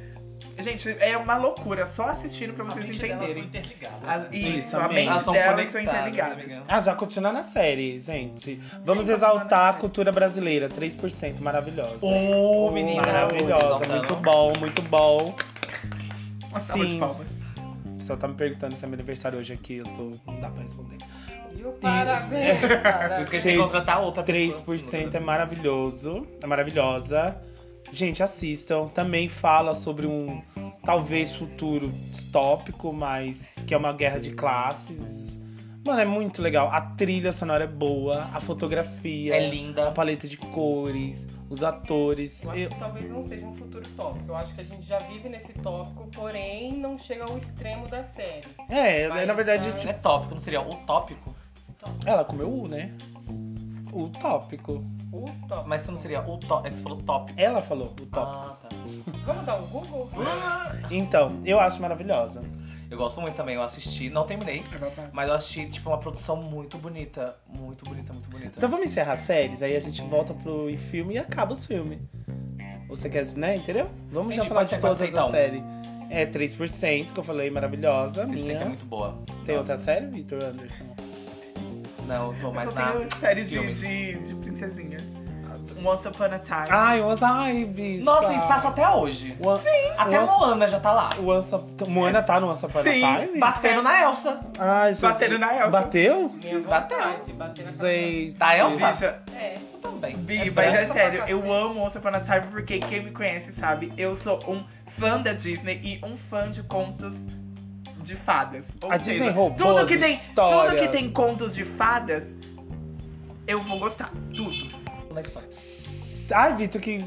[SPEAKER 3] Gente, é uma loucura, só assistindo pra
[SPEAKER 5] A
[SPEAKER 3] vocês
[SPEAKER 5] mente delas são
[SPEAKER 3] entenderem.
[SPEAKER 5] interligadas.
[SPEAKER 3] As-
[SPEAKER 5] né?
[SPEAKER 3] isso,
[SPEAKER 1] a
[SPEAKER 3] a
[SPEAKER 1] mente.
[SPEAKER 3] mente
[SPEAKER 2] Elas são
[SPEAKER 3] delas são
[SPEAKER 2] conectadas,
[SPEAKER 3] interligadas.
[SPEAKER 5] né,
[SPEAKER 1] Ah, já continuar na série, gente. Vamos
[SPEAKER 3] Sim,
[SPEAKER 1] exaltar
[SPEAKER 3] continuar
[SPEAKER 1] a
[SPEAKER 3] na
[SPEAKER 1] cultura brasileira, 3% maravilhosa.
[SPEAKER 2] Ô, menina.
[SPEAKER 1] Maravilhosa,
[SPEAKER 2] Exaltando.
[SPEAKER 1] muito bom, muito bom.
[SPEAKER 3] Uma salva
[SPEAKER 1] Sim.
[SPEAKER 3] de palmas.
[SPEAKER 1] O pessoal tá me perguntando se é meu aniversário hoje aqui, eu tô. Não dá pra responder.
[SPEAKER 4] E o parabéns.
[SPEAKER 2] Por
[SPEAKER 4] parabéns.
[SPEAKER 2] isso que a gente tem que contratar outra pessoa. né?
[SPEAKER 1] 3% é maravilhoso, é maravilhosa. Gente, assistam. Também fala sobre um talvez futuro distópico, mas que é uma guerra de classes. Mano, é muito legal. A trilha sonora é boa, a fotografia,
[SPEAKER 2] É
[SPEAKER 1] a
[SPEAKER 2] linda.
[SPEAKER 1] paleta de cores, os atores.
[SPEAKER 4] Eu acho
[SPEAKER 1] Eu-
[SPEAKER 4] que talvez não seja um futuro tópico. Eu acho que a gente já vive nesse tópico, porém não chega ao extremo da série.
[SPEAKER 1] É, na verdade,
[SPEAKER 4] Mas,
[SPEAKER 1] tipo,
[SPEAKER 2] Não é tópico, não seria utópico?
[SPEAKER 1] ela comeu U, né? O tópico.
[SPEAKER 4] O tópico.
[SPEAKER 2] Mas isso não seria utópico. É que você falou tópico.
[SPEAKER 1] Ela falou o tópico.
[SPEAKER 2] Ah, tá.
[SPEAKER 4] Vamos dar um Google?
[SPEAKER 2] Ah.
[SPEAKER 1] Então, eu acho maravilhosa.
[SPEAKER 2] Eu gosto muito também, eu assisti, não terminei, mas eu assisti, tipo, uma produção muito bonita. Muito bonita, muito bonita.
[SPEAKER 1] Só vamos encerrar as séries, aí a gente volta pro filme e acaba os filmes. Você quer, né? Entendeu? Vamos já
[SPEAKER 2] Entendi,
[SPEAKER 1] falar
[SPEAKER 2] pode
[SPEAKER 1] de
[SPEAKER 2] ser
[SPEAKER 1] todas as
[SPEAKER 2] 400.
[SPEAKER 1] séries. É 3%, que eu falei, maravilhosa.
[SPEAKER 2] Esse
[SPEAKER 1] Minha.
[SPEAKER 2] jeito é muito boa.
[SPEAKER 1] Tem
[SPEAKER 2] Nossa.
[SPEAKER 1] outra série, Victor Anderson?
[SPEAKER 2] Não, eu tô mais
[SPEAKER 3] Mas
[SPEAKER 2] na.
[SPEAKER 3] eu só tenho série de,
[SPEAKER 2] filmes.
[SPEAKER 3] de, de princesinhas. Um Once Upon a Time.
[SPEAKER 1] Ai, Once... Ai, bicha.
[SPEAKER 2] Nossa, e passa até hoje.
[SPEAKER 1] One...
[SPEAKER 2] Até
[SPEAKER 1] Nossa.
[SPEAKER 2] Moana já tá lá.
[SPEAKER 1] O Ansa... Moana tá no Ansa
[SPEAKER 3] Sim,
[SPEAKER 1] Time?
[SPEAKER 2] Batendo na Elsa.
[SPEAKER 1] Ai,
[SPEAKER 3] Batendo
[SPEAKER 1] Jesus.
[SPEAKER 3] na Elsa.
[SPEAKER 1] Bateu? Tá, um
[SPEAKER 4] Minha vontade, bater na
[SPEAKER 1] Gente.
[SPEAKER 2] Da Elsa?
[SPEAKER 3] Bicha,
[SPEAKER 4] cabeça. É.
[SPEAKER 2] também.
[SPEAKER 3] Bi,
[SPEAKER 2] É
[SPEAKER 3] mas é
[SPEAKER 2] branca pra
[SPEAKER 3] sério, eu
[SPEAKER 2] cacete.
[SPEAKER 3] amo Once Upon a Time porque quem me conhece sabe, eu sou um fã da Disney e um fã de contos de fadas. Ou
[SPEAKER 1] A
[SPEAKER 3] seja,
[SPEAKER 1] Disney roubou
[SPEAKER 3] tudo que
[SPEAKER 1] as
[SPEAKER 3] tem,
[SPEAKER 1] histórias.
[SPEAKER 3] tudo que tem contos de fadas, eu vou gostar, tudo.
[SPEAKER 2] É
[SPEAKER 1] Ai, Vitor, que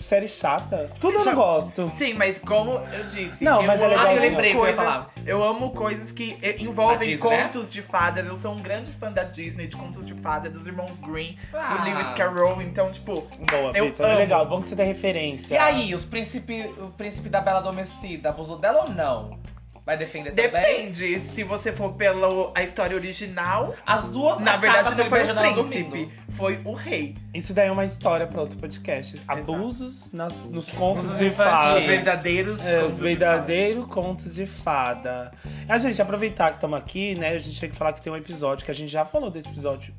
[SPEAKER 1] série chata. Tudo eu não gosto.
[SPEAKER 3] Sim, mas como eu disse,
[SPEAKER 1] Não,
[SPEAKER 3] eu
[SPEAKER 1] mas é
[SPEAKER 3] amo
[SPEAKER 1] legal,
[SPEAKER 2] Ah, eu
[SPEAKER 1] né?
[SPEAKER 2] lembrei o que eu ia
[SPEAKER 3] coisas,
[SPEAKER 2] falar.
[SPEAKER 3] eu amo coisas que eh,
[SPEAKER 2] Da
[SPEAKER 3] envolvem
[SPEAKER 2] Disney,
[SPEAKER 3] contos de fadas. Eu sou um grande fã da Disney, de contos de fadas, dos irmãos Green,
[SPEAKER 2] Ah.
[SPEAKER 3] do Lewis Carroll, então tipo,
[SPEAKER 1] Boa,
[SPEAKER 3] Eu
[SPEAKER 1] Vitor. É
[SPEAKER 3] amo.
[SPEAKER 1] legal, bom que você tem referência.
[SPEAKER 2] E aí, os príncipe, o príncipe da Bela Adormecida abusou dela ou não? Vai defender também?
[SPEAKER 3] Depende se você for pela a história original.
[SPEAKER 2] As duas
[SPEAKER 3] Na verdade, não foi o
[SPEAKER 2] janela do
[SPEAKER 3] príncipe,
[SPEAKER 2] mundo.
[SPEAKER 3] foi o rei.
[SPEAKER 1] Isso daí é uma história pra outro podcast. Abusos nas- nos contos
[SPEAKER 2] Nos
[SPEAKER 1] de
[SPEAKER 3] Os
[SPEAKER 2] infantis.
[SPEAKER 1] fadas.
[SPEAKER 3] verdadeiros.
[SPEAKER 1] É,
[SPEAKER 3] contos
[SPEAKER 1] os
[SPEAKER 3] de
[SPEAKER 1] verdadeiros contos de fada. A gente, aproveitar que estamos aqui, né? A gente tem que falar que tem um episódio, que a gente já falou desse episódio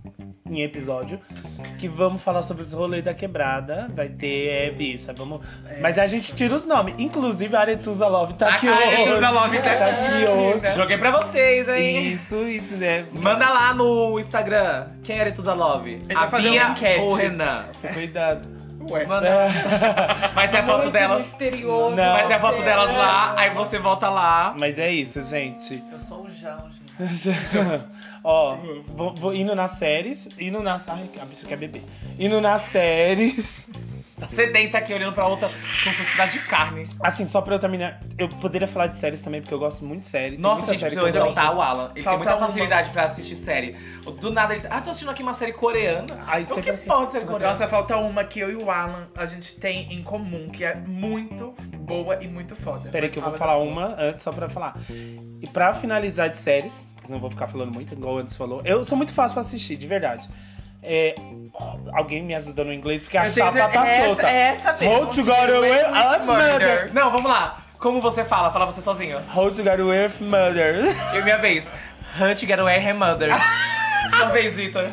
[SPEAKER 1] em episódio, que vamos falar sobre os rolês da quebrada. Vai ter é, bicha, vamos.
[SPEAKER 3] fadas. É.
[SPEAKER 1] Mas a gente tira os nomes. Inclusive a Aretusa Love tá
[SPEAKER 2] A
[SPEAKER 1] aqui hoje.
[SPEAKER 3] Aretuza Love tá
[SPEAKER 1] Tá
[SPEAKER 3] aqui,
[SPEAKER 1] aqui hoje.
[SPEAKER 3] né?
[SPEAKER 2] É. Joguei pra vocês, hein?
[SPEAKER 1] Isso, e, né?
[SPEAKER 2] Manda lá no Instagram. Quem era Tusa Love?
[SPEAKER 3] gente
[SPEAKER 2] A
[SPEAKER 3] vai fazer uma
[SPEAKER 2] Bia
[SPEAKER 3] enquete.
[SPEAKER 2] ou o Renan?
[SPEAKER 1] Se cuidado.
[SPEAKER 3] Ué.
[SPEAKER 2] Manda.
[SPEAKER 3] É.
[SPEAKER 2] Vai ter a foto
[SPEAKER 4] Muito
[SPEAKER 2] delas.
[SPEAKER 4] misterioso.
[SPEAKER 1] Não.
[SPEAKER 2] Vai ter a foto
[SPEAKER 4] você.
[SPEAKER 2] delas lá, aí você volta lá.
[SPEAKER 1] Mas é isso, gente.
[SPEAKER 5] Eu sou o Jão, gente.
[SPEAKER 1] Ó, vou, vou indo nas séries, indo nas. Ai, a bicha quer beber. é Indo nas séries.
[SPEAKER 2] Tá sedenta aqui olhando pra outra com seus pedaços de carne.
[SPEAKER 1] Assim, só pra eu terminar, eu poderia falar de séries também, porque eu gosto muito de série. Tem
[SPEAKER 2] Nossa,
[SPEAKER 1] muita
[SPEAKER 2] gente,
[SPEAKER 1] série
[SPEAKER 2] precisa
[SPEAKER 1] que eu gosto.
[SPEAKER 2] exaltar o Alan. Ele
[SPEAKER 3] Falta
[SPEAKER 2] tem muita
[SPEAKER 3] uma.
[SPEAKER 2] facilidade pra assistir série. Do nada ele. Ah, tô assistindo aqui uma série coreana.
[SPEAKER 1] Aí
[SPEAKER 2] O
[SPEAKER 1] sempre
[SPEAKER 2] que
[SPEAKER 1] assim,
[SPEAKER 2] pode ser coreana?
[SPEAKER 3] Nossa, falta uma que eu e o Alan a gente tem em comum, que é muito boa e muito foda.
[SPEAKER 1] Peraí,
[SPEAKER 3] Mas
[SPEAKER 1] que eu vou
[SPEAKER 3] fala
[SPEAKER 1] falar
[SPEAKER 3] da sua.
[SPEAKER 1] uma antes, só pra falar. E pra finalizar de séries, porque senão eu vou ficar falando muito, igual o Anderson falou. Eu sou muito fácil pra assistir, de verdade. É, ó, alguém me ajudou no inglês, porque a
[SPEAKER 3] Eu tenho
[SPEAKER 1] chapa tá
[SPEAKER 3] essa-
[SPEAKER 1] solta.
[SPEAKER 3] É essa mesmo.
[SPEAKER 1] How to Get Away with Murder.
[SPEAKER 2] Não, vamos lá. Como você fala? Fala você sozinho.
[SPEAKER 1] How to Get Away with Murder.
[SPEAKER 2] Eu minha vez. Hunt Getaway Her Mother. Sua vez, Victor.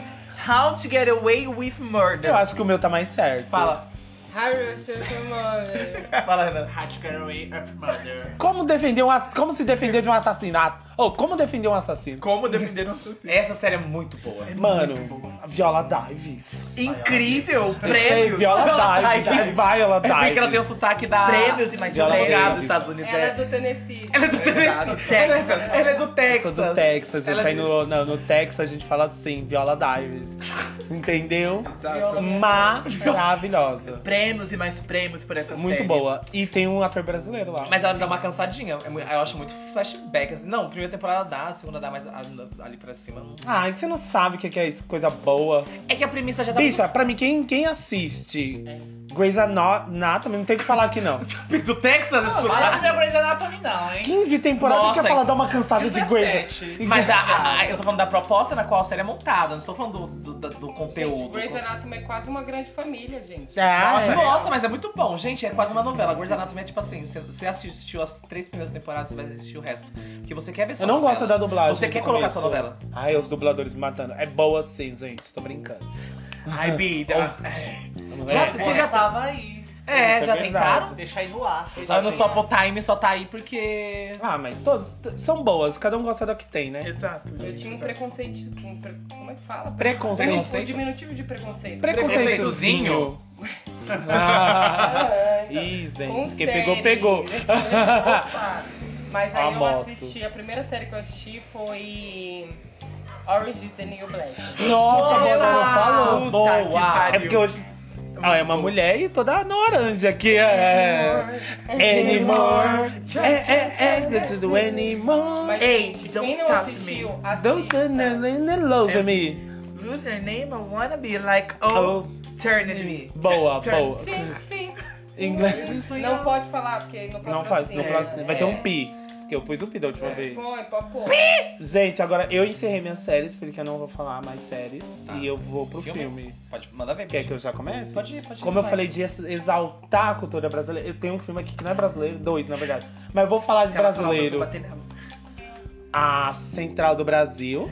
[SPEAKER 3] How to Get Away with
[SPEAKER 1] Eu
[SPEAKER 3] Murder.
[SPEAKER 1] acho que o meu tá mais certo.
[SPEAKER 2] Fala.
[SPEAKER 4] Harry, eu achei que eu moro.
[SPEAKER 2] Fala, Renan.
[SPEAKER 5] How to get away with murder.
[SPEAKER 1] Como defender um, ass- como se defender de um assassinato? Ou como defender um assassino?
[SPEAKER 3] Como defender um assassino.
[SPEAKER 2] Essa série é muito boa.
[SPEAKER 1] Mano, a Viola Davis.
[SPEAKER 3] Incrível,
[SPEAKER 1] Sei,
[SPEAKER 3] prêmio.
[SPEAKER 1] Viola
[SPEAKER 2] Viola
[SPEAKER 1] Davis.
[SPEAKER 2] Davis.
[SPEAKER 1] É Viola
[SPEAKER 2] É
[SPEAKER 1] Davis.
[SPEAKER 2] porque ela tem o sotaque da.
[SPEAKER 3] Prêmios e mais
[SPEAKER 1] Viola
[SPEAKER 2] Advogado
[SPEAKER 1] Davis.
[SPEAKER 2] dos Estados Unidos.
[SPEAKER 4] Ela é do Tennessee.
[SPEAKER 2] Ela é do
[SPEAKER 3] Exato,
[SPEAKER 2] Texas.
[SPEAKER 3] Texas.
[SPEAKER 2] Ela é do
[SPEAKER 1] Eu
[SPEAKER 2] Texas.
[SPEAKER 1] sou do Texas, eu
[SPEAKER 2] Ela um
[SPEAKER 1] caí no, no, no Texas, a gente fala assim, Viola Davis. Entendeu?
[SPEAKER 2] é
[SPEAKER 4] Viola.
[SPEAKER 1] Maravilhosa.
[SPEAKER 3] Prêmios e mais prêmios por essa
[SPEAKER 1] Muito
[SPEAKER 3] série.
[SPEAKER 1] boa. E tem um ator brasileiro lá.
[SPEAKER 2] Mas ela dá uma cansadinha. É mu- Eu acho muito flashback. Assim. Não, primeira temporada dá, a segunda dá, mas a- ali pra cima não.
[SPEAKER 1] Ah, é que você não sabe o que que é isso, coisa boa.
[SPEAKER 2] É que a premissa já tá.
[SPEAKER 1] Bicha, pra mim, quem, quem assiste Grey's Ano- Anatomy, não tem o que falar aqui, não.
[SPEAKER 2] do Texas, isso
[SPEAKER 5] Para com minha Grey's Anatomy, não, hein?
[SPEAKER 1] 15 temporadas
[SPEAKER 2] Nossa,
[SPEAKER 1] que fala dar uma cansada de Grey's.
[SPEAKER 5] Sete.
[SPEAKER 2] Mas a- a- a- eu tô falando da proposta na qual a série é montada, não estou falando do, do, do
[SPEAKER 4] Gente,
[SPEAKER 2] conteúdo.
[SPEAKER 4] Grey's Anatomy é quase uma grande família, gente.
[SPEAKER 1] Ah,
[SPEAKER 2] Nossa,
[SPEAKER 1] é.
[SPEAKER 2] nossa, mas é muito bom, gente. É quase uma novela. Grey's Anatomy é tipo assim: você- você assistiu as três primeiras temporadas, você vai assistir o resto. Porque você quer ver sua
[SPEAKER 1] Eu não
[SPEAKER 2] novela.
[SPEAKER 1] gosto da dublagem.
[SPEAKER 2] Você
[SPEAKER 1] do
[SPEAKER 2] quer colocar
[SPEAKER 1] começo.
[SPEAKER 2] sua novela.
[SPEAKER 1] Ai, os dubladores me matando. É boa sim, gente. Tô brincando.
[SPEAKER 3] Ai, Bida.
[SPEAKER 1] Não
[SPEAKER 2] Já-
[SPEAKER 1] é?
[SPEAKER 2] você já
[SPEAKER 5] tava aí.
[SPEAKER 2] É,
[SPEAKER 1] Isso é
[SPEAKER 2] já
[SPEAKER 1] verdade.
[SPEAKER 2] tentaram.
[SPEAKER 5] Deixa aí no ar.
[SPEAKER 2] Só no Sopo Time só tá aí porque.
[SPEAKER 1] Ah, mas todas t- são boas. Cada um gosta do que tem, né?
[SPEAKER 3] Exato, gente.
[SPEAKER 4] Eu tinha um
[SPEAKER 3] exato.
[SPEAKER 4] preconceito. um pre- Como é que fala?
[SPEAKER 1] Preconceito.
[SPEAKER 4] O diminutivo de preconceito.
[SPEAKER 2] Preconceitozinho.
[SPEAKER 1] Ah,
[SPEAKER 4] Ah,
[SPEAKER 2] é.
[SPEAKER 4] então.
[SPEAKER 1] Ih,
[SPEAKER 4] Com
[SPEAKER 1] gente, quem
[SPEAKER 4] série.
[SPEAKER 1] pegou, pegou.
[SPEAKER 4] Opa. Mas aí
[SPEAKER 1] A
[SPEAKER 4] eu
[SPEAKER 1] moto.
[SPEAKER 4] assisti, a primeira série que eu assisti foi Orange is the New Black.
[SPEAKER 1] Nossa,
[SPEAKER 2] Boa!
[SPEAKER 1] boa, falou.
[SPEAKER 2] Boa!
[SPEAKER 3] Puta que pariu.
[SPEAKER 1] É porque hoje. Ah, é uma mulher e toda naranja aqui. É. Anymore. É, é, é. Good to do anymore.
[SPEAKER 4] Mas,
[SPEAKER 3] Ei,
[SPEAKER 4] gente,
[SPEAKER 3] don't
[SPEAKER 4] quem não
[SPEAKER 3] stop
[SPEAKER 4] assistiu,
[SPEAKER 1] Don't
[SPEAKER 4] assista.
[SPEAKER 1] lose me.
[SPEAKER 3] Lose your name, I wanna be like
[SPEAKER 1] Oh,
[SPEAKER 3] oh, eternity.
[SPEAKER 1] boa, boa.
[SPEAKER 4] Sim, sim.
[SPEAKER 1] Inglês.
[SPEAKER 4] Não pode falar, porque não
[SPEAKER 1] Não faz, não
[SPEAKER 4] patrocina.
[SPEAKER 1] faz. Vai ter um
[SPEAKER 4] É.
[SPEAKER 1] pi. Porque eu pus o pi da última vez.
[SPEAKER 4] Põe, pode pôr.
[SPEAKER 1] Gente, agora eu encerrei minhas séries, porque eu não vou falar mais séries. E eu vou pro
[SPEAKER 2] Filme?
[SPEAKER 1] filme.
[SPEAKER 2] Pode mandar ver.
[SPEAKER 1] Quer que eu já comece?
[SPEAKER 2] Pode ir, pode ir.
[SPEAKER 1] Como eu
[SPEAKER 2] vai.
[SPEAKER 1] falei de ex- exaltar a cultura brasileira, eu tenho um filme aqui que não é brasileiro, dois na verdade. Mas eu vou falar de
[SPEAKER 3] Se ela falar,
[SPEAKER 1] brasileiro.
[SPEAKER 3] eu vou bater nela.
[SPEAKER 1] A Central do Brasil.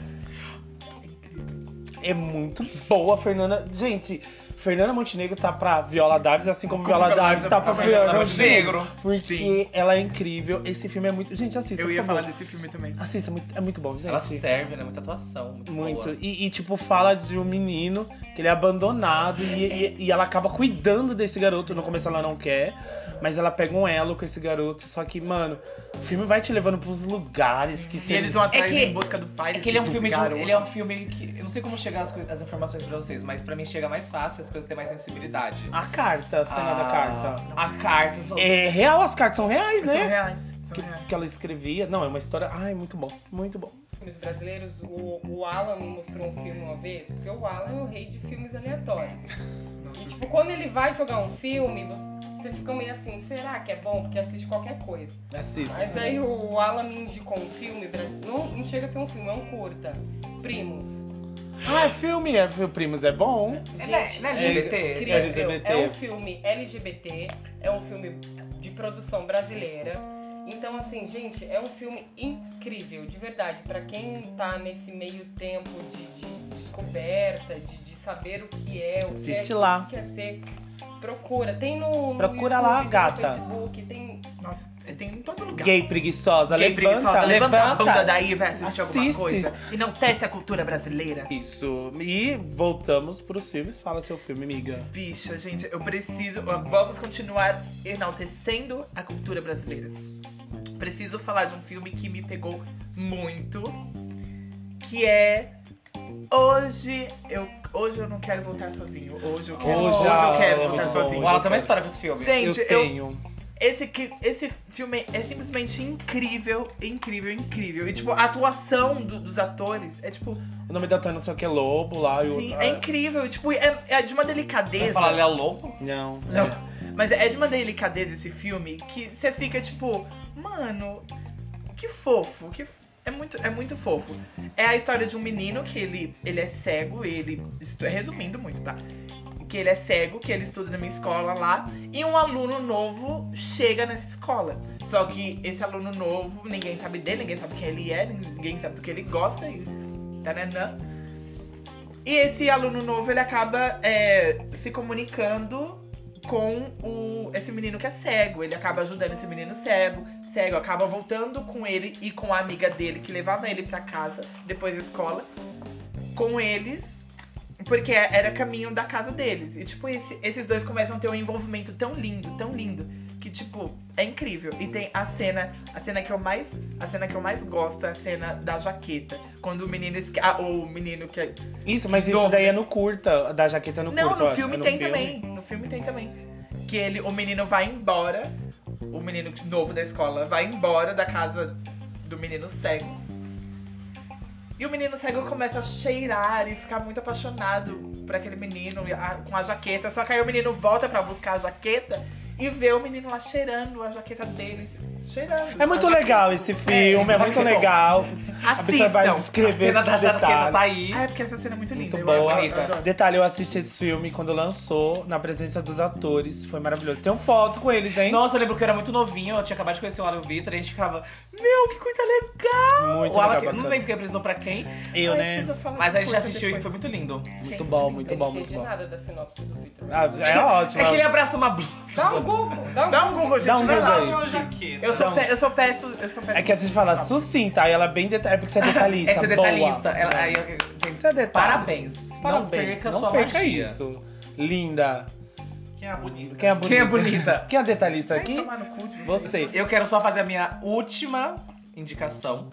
[SPEAKER 1] É muito boa, Fernanda. Gente, Fernanda Montenegro tá pra Viola Davis, assim como,
[SPEAKER 3] Como
[SPEAKER 1] Viola
[SPEAKER 3] Viola
[SPEAKER 1] Davis
[SPEAKER 3] Davis
[SPEAKER 1] tá pra Fernanda Montenegro.
[SPEAKER 3] Montenegro.
[SPEAKER 1] Porque
[SPEAKER 3] Sim.
[SPEAKER 1] ela é incrível. Esse filme é muito. Gente, assista.
[SPEAKER 3] Eu
[SPEAKER 1] por
[SPEAKER 3] ia
[SPEAKER 1] favor.
[SPEAKER 3] falar desse filme também.
[SPEAKER 1] Assista, é muito, é muito bom, gente.
[SPEAKER 2] Ela serve, né? Muita atuação. Muito.
[SPEAKER 1] Muito.
[SPEAKER 2] boa.
[SPEAKER 1] E, e, tipo, fala de um menino que ele é abandonado e, e- e ela acaba cuidando desse garoto. No começo ela não quer, mas ela pega um elo com esse garoto. Só que, mano, o filme vai te levando pros lugares que
[SPEAKER 3] E
[SPEAKER 1] você-
[SPEAKER 3] eles vão atrás
[SPEAKER 2] É que-
[SPEAKER 3] em busca do pai.
[SPEAKER 2] É que ele é um
[SPEAKER 3] do
[SPEAKER 2] filme de,
[SPEAKER 3] garoto.
[SPEAKER 2] ele é um filme que eu não sei como chegar as, coi- as informações pra vocês, mas pra mim chega mais fácil, as coisas têm mais sensibilidade.
[SPEAKER 1] A carta, tá a cena é da Ah. carta.
[SPEAKER 2] A carta, só-
[SPEAKER 1] É real, as cartas são reais,
[SPEAKER 3] São
[SPEAKER 1] né?
[SPEAKER 3] reais. São
[SPEAKER 1] Que,
[SPEAKER 3] reais.
[SPEAKER 1] que ela escrevia. Não, é uma história. Ai, muito bom, muito bom.
[SPEAKER 4] filmes brasileiros, o, o Alan me mostrou um filme uma vez, porque o Alan é o rei de filmes aleatórios. E tipo, quando ele vai jogar um filme, você, você fica meio assim, será que é bom? Porque assiste qualquer coisa.
[SPEAKER 1] Assista.
[SPEAKER 4] Mas aí o Alan me indicou um filme, bras- não, não chega a ser um filme, é um curta. Primos.
[SPEAKER 1] Ah, filme, é, filme Primos é bom.
[SPEAKER 4] Gente,
[SPEAKER 2] né,
[SPEAKER 4] é
[SPEAKER 2] LGBT,
[SPEAKER 4] incrível.
[SPEAKER 1] LGBT.
[SPEAKER 4] É um filme LGBT, é um filme de produção brasileira. Então, assim, gente, é um filme incrível, de verdade. Pra quem tá nesse meio tempo de, de descoberta, de, de saber o que é, o que, é,
[SPEAKER 1] Assiste lá.
[SPEAKER 4] o que quer ser, procura. Tem no, no
[SPEAKER 1] Procura lá,
[SPEAKER 4] YouTube,
[SPEAKER 1] gata.
[SPEAKER 4] Tem no Facebook, tem...
[SPEAKER 3] Nossa, tem em todo lugar.
[SPEAKER 1] Gay preguiçosa,
[SPEAKER 3] Gay
[SPEAKER 1] levanta,
[SPEAKER 3] preguiçosa, levanta, a bunda
[SPEAKER 1] levanta.
[SPEAKER 3] daí e vai assistir alguma
[SPEAKER 1] Assiste.
[SPEAKER 3] coisa. Enaltece a cultura brasileira.
[SPEAKER 1] Isso. E voltamos pros filmes. Fala seu filme, amiga.
[SPEAKER 3] Bicha, gente, eu preciso. Vamos continuar enaltecendo a cultura brasileira. Preciso falar de um filme que me pegou muito, que é Hoje eu hoje eu não quero voltar sozinho. Hoje eu quero,
[SPEAKER 1] Hoje,
[SPEAKER 3] hoje,
[SPEAKER 1] ah,
[SPEAKER 3] eu quero
[SPEAKER 1] é muito
[SPEAKER 3] voltar
[SPEAKER 1] bom,
[SPEAKER 3] sozinho.
[SPEAKER 2] O Alan tem uma história com esse filme.
[SPEAKER 3] Gente,
[SPEAKER 1] eu
[SPEAKER 3] eu,
[SPEAKER 1] tenho.
[SPEAKER 3] esse, que- esse filme é simplesmente incrível, incrível, incrível. E, tipo, a atuação do- dos atores é, tipo,
[SPEAKER 1] O nome da ator não sei o que é Lobo lá e o
[SPEAKER 3] sim,
[SPEAKER 1] outro. Ah,
[SPEAKER 3] é incrível. E, Tipo, é, é de uma delicadeza.
[SPEAKER 2] Vai falar ele é louco?
[SPEAKER 1] Não.
[SPEAKER 3] Não, mas é de uma delicadeza esse filme que você fica tipo, mano, que fofo, que f- é muito, é muito fofo. É a história de um menino que ele, ele é cego, ele. Estou resumindo muito, tá? Que ele é cego, que ele estuda numa escola lá, e um aluno novo chega nessa escola. Só que esse aluno novo, ninguém sabe dele, ninguém sabe quem ele é, ninguém sabe do que ele gosta e. Taranã. E esse aluno novo, ele acaba é, se comunicando com o, esse menino que é cego. Ele acaba ajudando esse menino cego, cego, acaba voltando com ele e com a amiga dele que levava ele pra casa depois da escola. Com eles, porque era caminho da casa deles. E tipo, esse- esses dois começam a ter um envolvimento tão lindo, tão lindo, que tipo, é incrível. E tem a cena, a cena que eu mais, a cena que eu mais gosto é a cena da jaqueta, quando o menino, esque- ah, o menino que
[SPEAKER 1] Isso, mas isso
[SPEAKER 3] Não.
[SPEAKER 1] daí é no curta, da jaqueta no
[SPEAKER 3] não,
[SPEAKER 1] curta. eu
[SPEAKER 3] no
[SPEAKER 1] acho,
[SPEAKER 3] filme
[SPEAKER 1] é
[SPEAKER 3] tem também. No filme tem também. Que ele, o menino vai embora. O menino novo da escola vai embora da casa do menino cego. E o menino cego começa a cheirar e ficar muito apaixonado por aquele menino e a- com a jaqueta. Só que aí o menino volta pra buscar a jaqueta e vê o menino lá cheirando a jaqueta dele. se- Cheirando.
[SPEAKER 1] É muito
[SPEAKER 3] A jaqueta.
[SPEAKER 1] legal esse filme, é, muito legal. A pessoa vai
[SPEAKER 3] Assistam.
[SPEAKER 1] descrever
[SPEAKER 2] Pena da Jana
[SPEAKER 1] detalhe.
[SPEAKER 2] tá aí.
[SPEAKER 3] Ah, é porque essa cena é muito linda.
[SPEAKER 1] Muito
[SPEAKER 3] eu tá?
[SPEAKER 1] boa.
[SPEAKER 3] adoro, eu
[SPEAKER 2] tá.
[SPEAKER 3] adoro.
[SPEAKER 1] Detalhe, eu assisti esse filme quando lançou, na presença dos atores. Foi maravilhoso. Tem uma foto com eles, hein?
[SPEAKER 2] Nossa, eu lembro que eu era muito novinho, eu tinha acabado de conhecer o Alan Vitor, e a gente ficava, meu, que coisa legal!
[SPEAKER 1] Muito
[SPEAKER 2] o Alan,
[SPEAKER 1] legal,
[SPEAKER 2] não
[SPEAKER 1] bacana.
[SPEAKER 2] lembro quem apresentou pra quem,
[SPEAKER 1] Eu,
[SPEAKER 3] Ai,
[SPEAKER 1] né?
[SPEAKER 3] preciso falar
[SPEAKER 2] mas a gente
[SPEAKER 3] coisa
[SPEAKER 2] assistiu e
[SPEAKER 3] depois.
[SPEAKER 2] foi muito lindo.
[SPEAKER 1] Muito bom, muito
[SPEAKER 4] eu
[SPEAKER 1] bom,
[SPEAKER 4] não
[SPEAKER 1] muito
[SPEAKER 4] entendi
[SPEAKER 1] bom.
[SPEAKER 4] nada da sinopse do Victor.
[SPEAKER 1] Ah, é ótimo.
[SPEAKER 2] É que ele abraça uma blusa.
[SPEAKER 4] Dá um Google, dá um
[SPEAKER 3] Dá um
[SPEAKER 4] Google.
[SPEAKER 3] Google, gente.
[SPEAKER 1] Dá um
[SPEAKER 3] vai
[SPEAKER 1] Google
[SPEAKER 3] lá.
[SPEAKER 1] aí.
[SPEAKER 5] Uma
[SPEAKER 3] Eu
[SPEAKER 5] jaqueta.
[SPEAKER 3] só,
[SPEAKER 1] Não.
[SPEAKER 3] pe- eu só peço. Eu só peço.
[SPEAKER 1] É que a gente fala sucinta, aí ela é bem detalhista. É porque você é detalhista.
[SPEAKER 2] Tá Essa é
[SPEAKER 1] boa.
[SPEAKER 2] detalhista. Ela, aí, eu-
[SPEAKER 1] Você é detalhe.
[SPEAKER 2] parabéns. Não
[SPEAKER 1] Parabéns.
[SPEAKER 2] perca
[SPEAKER 1] não
[SPEAKER 2] sua
[SPEAKER 1] perca
[SPEAKER 2] magia.
[SPEAKER 1] isso. Linda.
[SPEAKER 5] Quem é a bonita?
[SPEAKER 1] Quem é bonita?
[SPEAKER 2] Quem é bonita?
[SPEAKER 1] Quem é detalhista
[SPEAKER 3] Vai
[SPEAKER 1] aqui?
[SPEAKER 3] tomar no cu de
[SPEAKER 1] Você.
[SPEAKER 2] Eu quero só fazer a minha última indicação,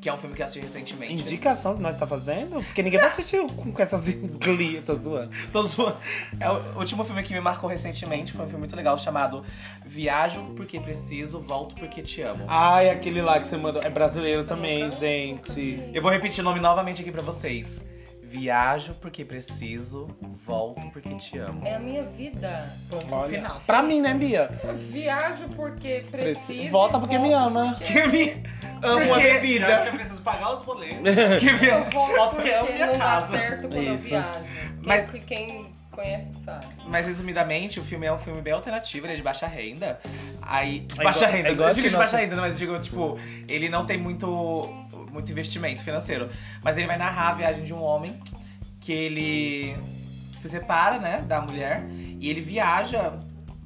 [SPEAKER 2] que é um filme que eu assisti recentemente.
[SPEAKER 1] Indicação que nós tá fazendo? Porque ninguém vai assistir com com essas glee, tá zoando.
[SPEAKER 2] Tô zoando. É o último filme que me marcou recentemente, foi um filme muito legal chamado Viajo porque preciso, volto porque te amo.
[SPEAKER 1] Ai, aquele lá que você mandou. É brasileiro também, gente.
[SPEAKER 2] Eu vou repetir o nome novamente aqui pra vocês. Viajo porque preciso, volto porque te amo.
[SPEAKER 4] É a minha vida.
[SPEAKER 3] Ponto
[SPEAKER 1] Olha,
[SPEAKER 3] final.
[SPEAKER 1] pra mim, né, Bia?
[SPEAKER 4] Viajo porque preciso.
[SPEAKER 1] Volta porque me ama.
[SPEAKER 2] Que me
[SPEAKER 3] Amo
[SPEAKER 2] Porque-
[SPEAKER 3] a
[SPEAKER 5] Eu acho
[SPEAKER 3] bebida.
[SPEAKER 5] que eu preciso pagar os boletos.
[SPEAKER 2] que
[SPEAKER 4] Eu
[SPEAKER 2] me-
[SPEAKER 4] volto porque
[SPEAKER 5] é a minha
[SPEAKER 4] não dá
[SPEAKER 5] casa.
[SPEAKER 4] certo quando eu
[SPEAKER 1] Isso.
[SPEAKER 4] viajo.
[SPEAKER 2] Mas-
[SPEAKER 4] Mas... Quem, quem conhece sabe.
[SPEAKER 2] Mas resumidamente, o filme é um filme bem alternativo, ele é de baixa renda. Aí.
[SPEAKER 1] É
[SPEAKER 2] baixa
[SPEAKER 1] igual-
[SPEAKER 2] renda,
[SPEAKER 1] é igual
[SPEAKER 2] eu digo
[SPEAKER 1] que
[SPEAKER 2] de
[SPEAKER 1] nosso-
[SPEAKER 2] baixa renda, não, mas eu digo, tipo, ele não tem muito, muito investimento financeiro. Mas ele vai narrar a viagem de um homem que ele se se separa, né, da mulher, e ele viaja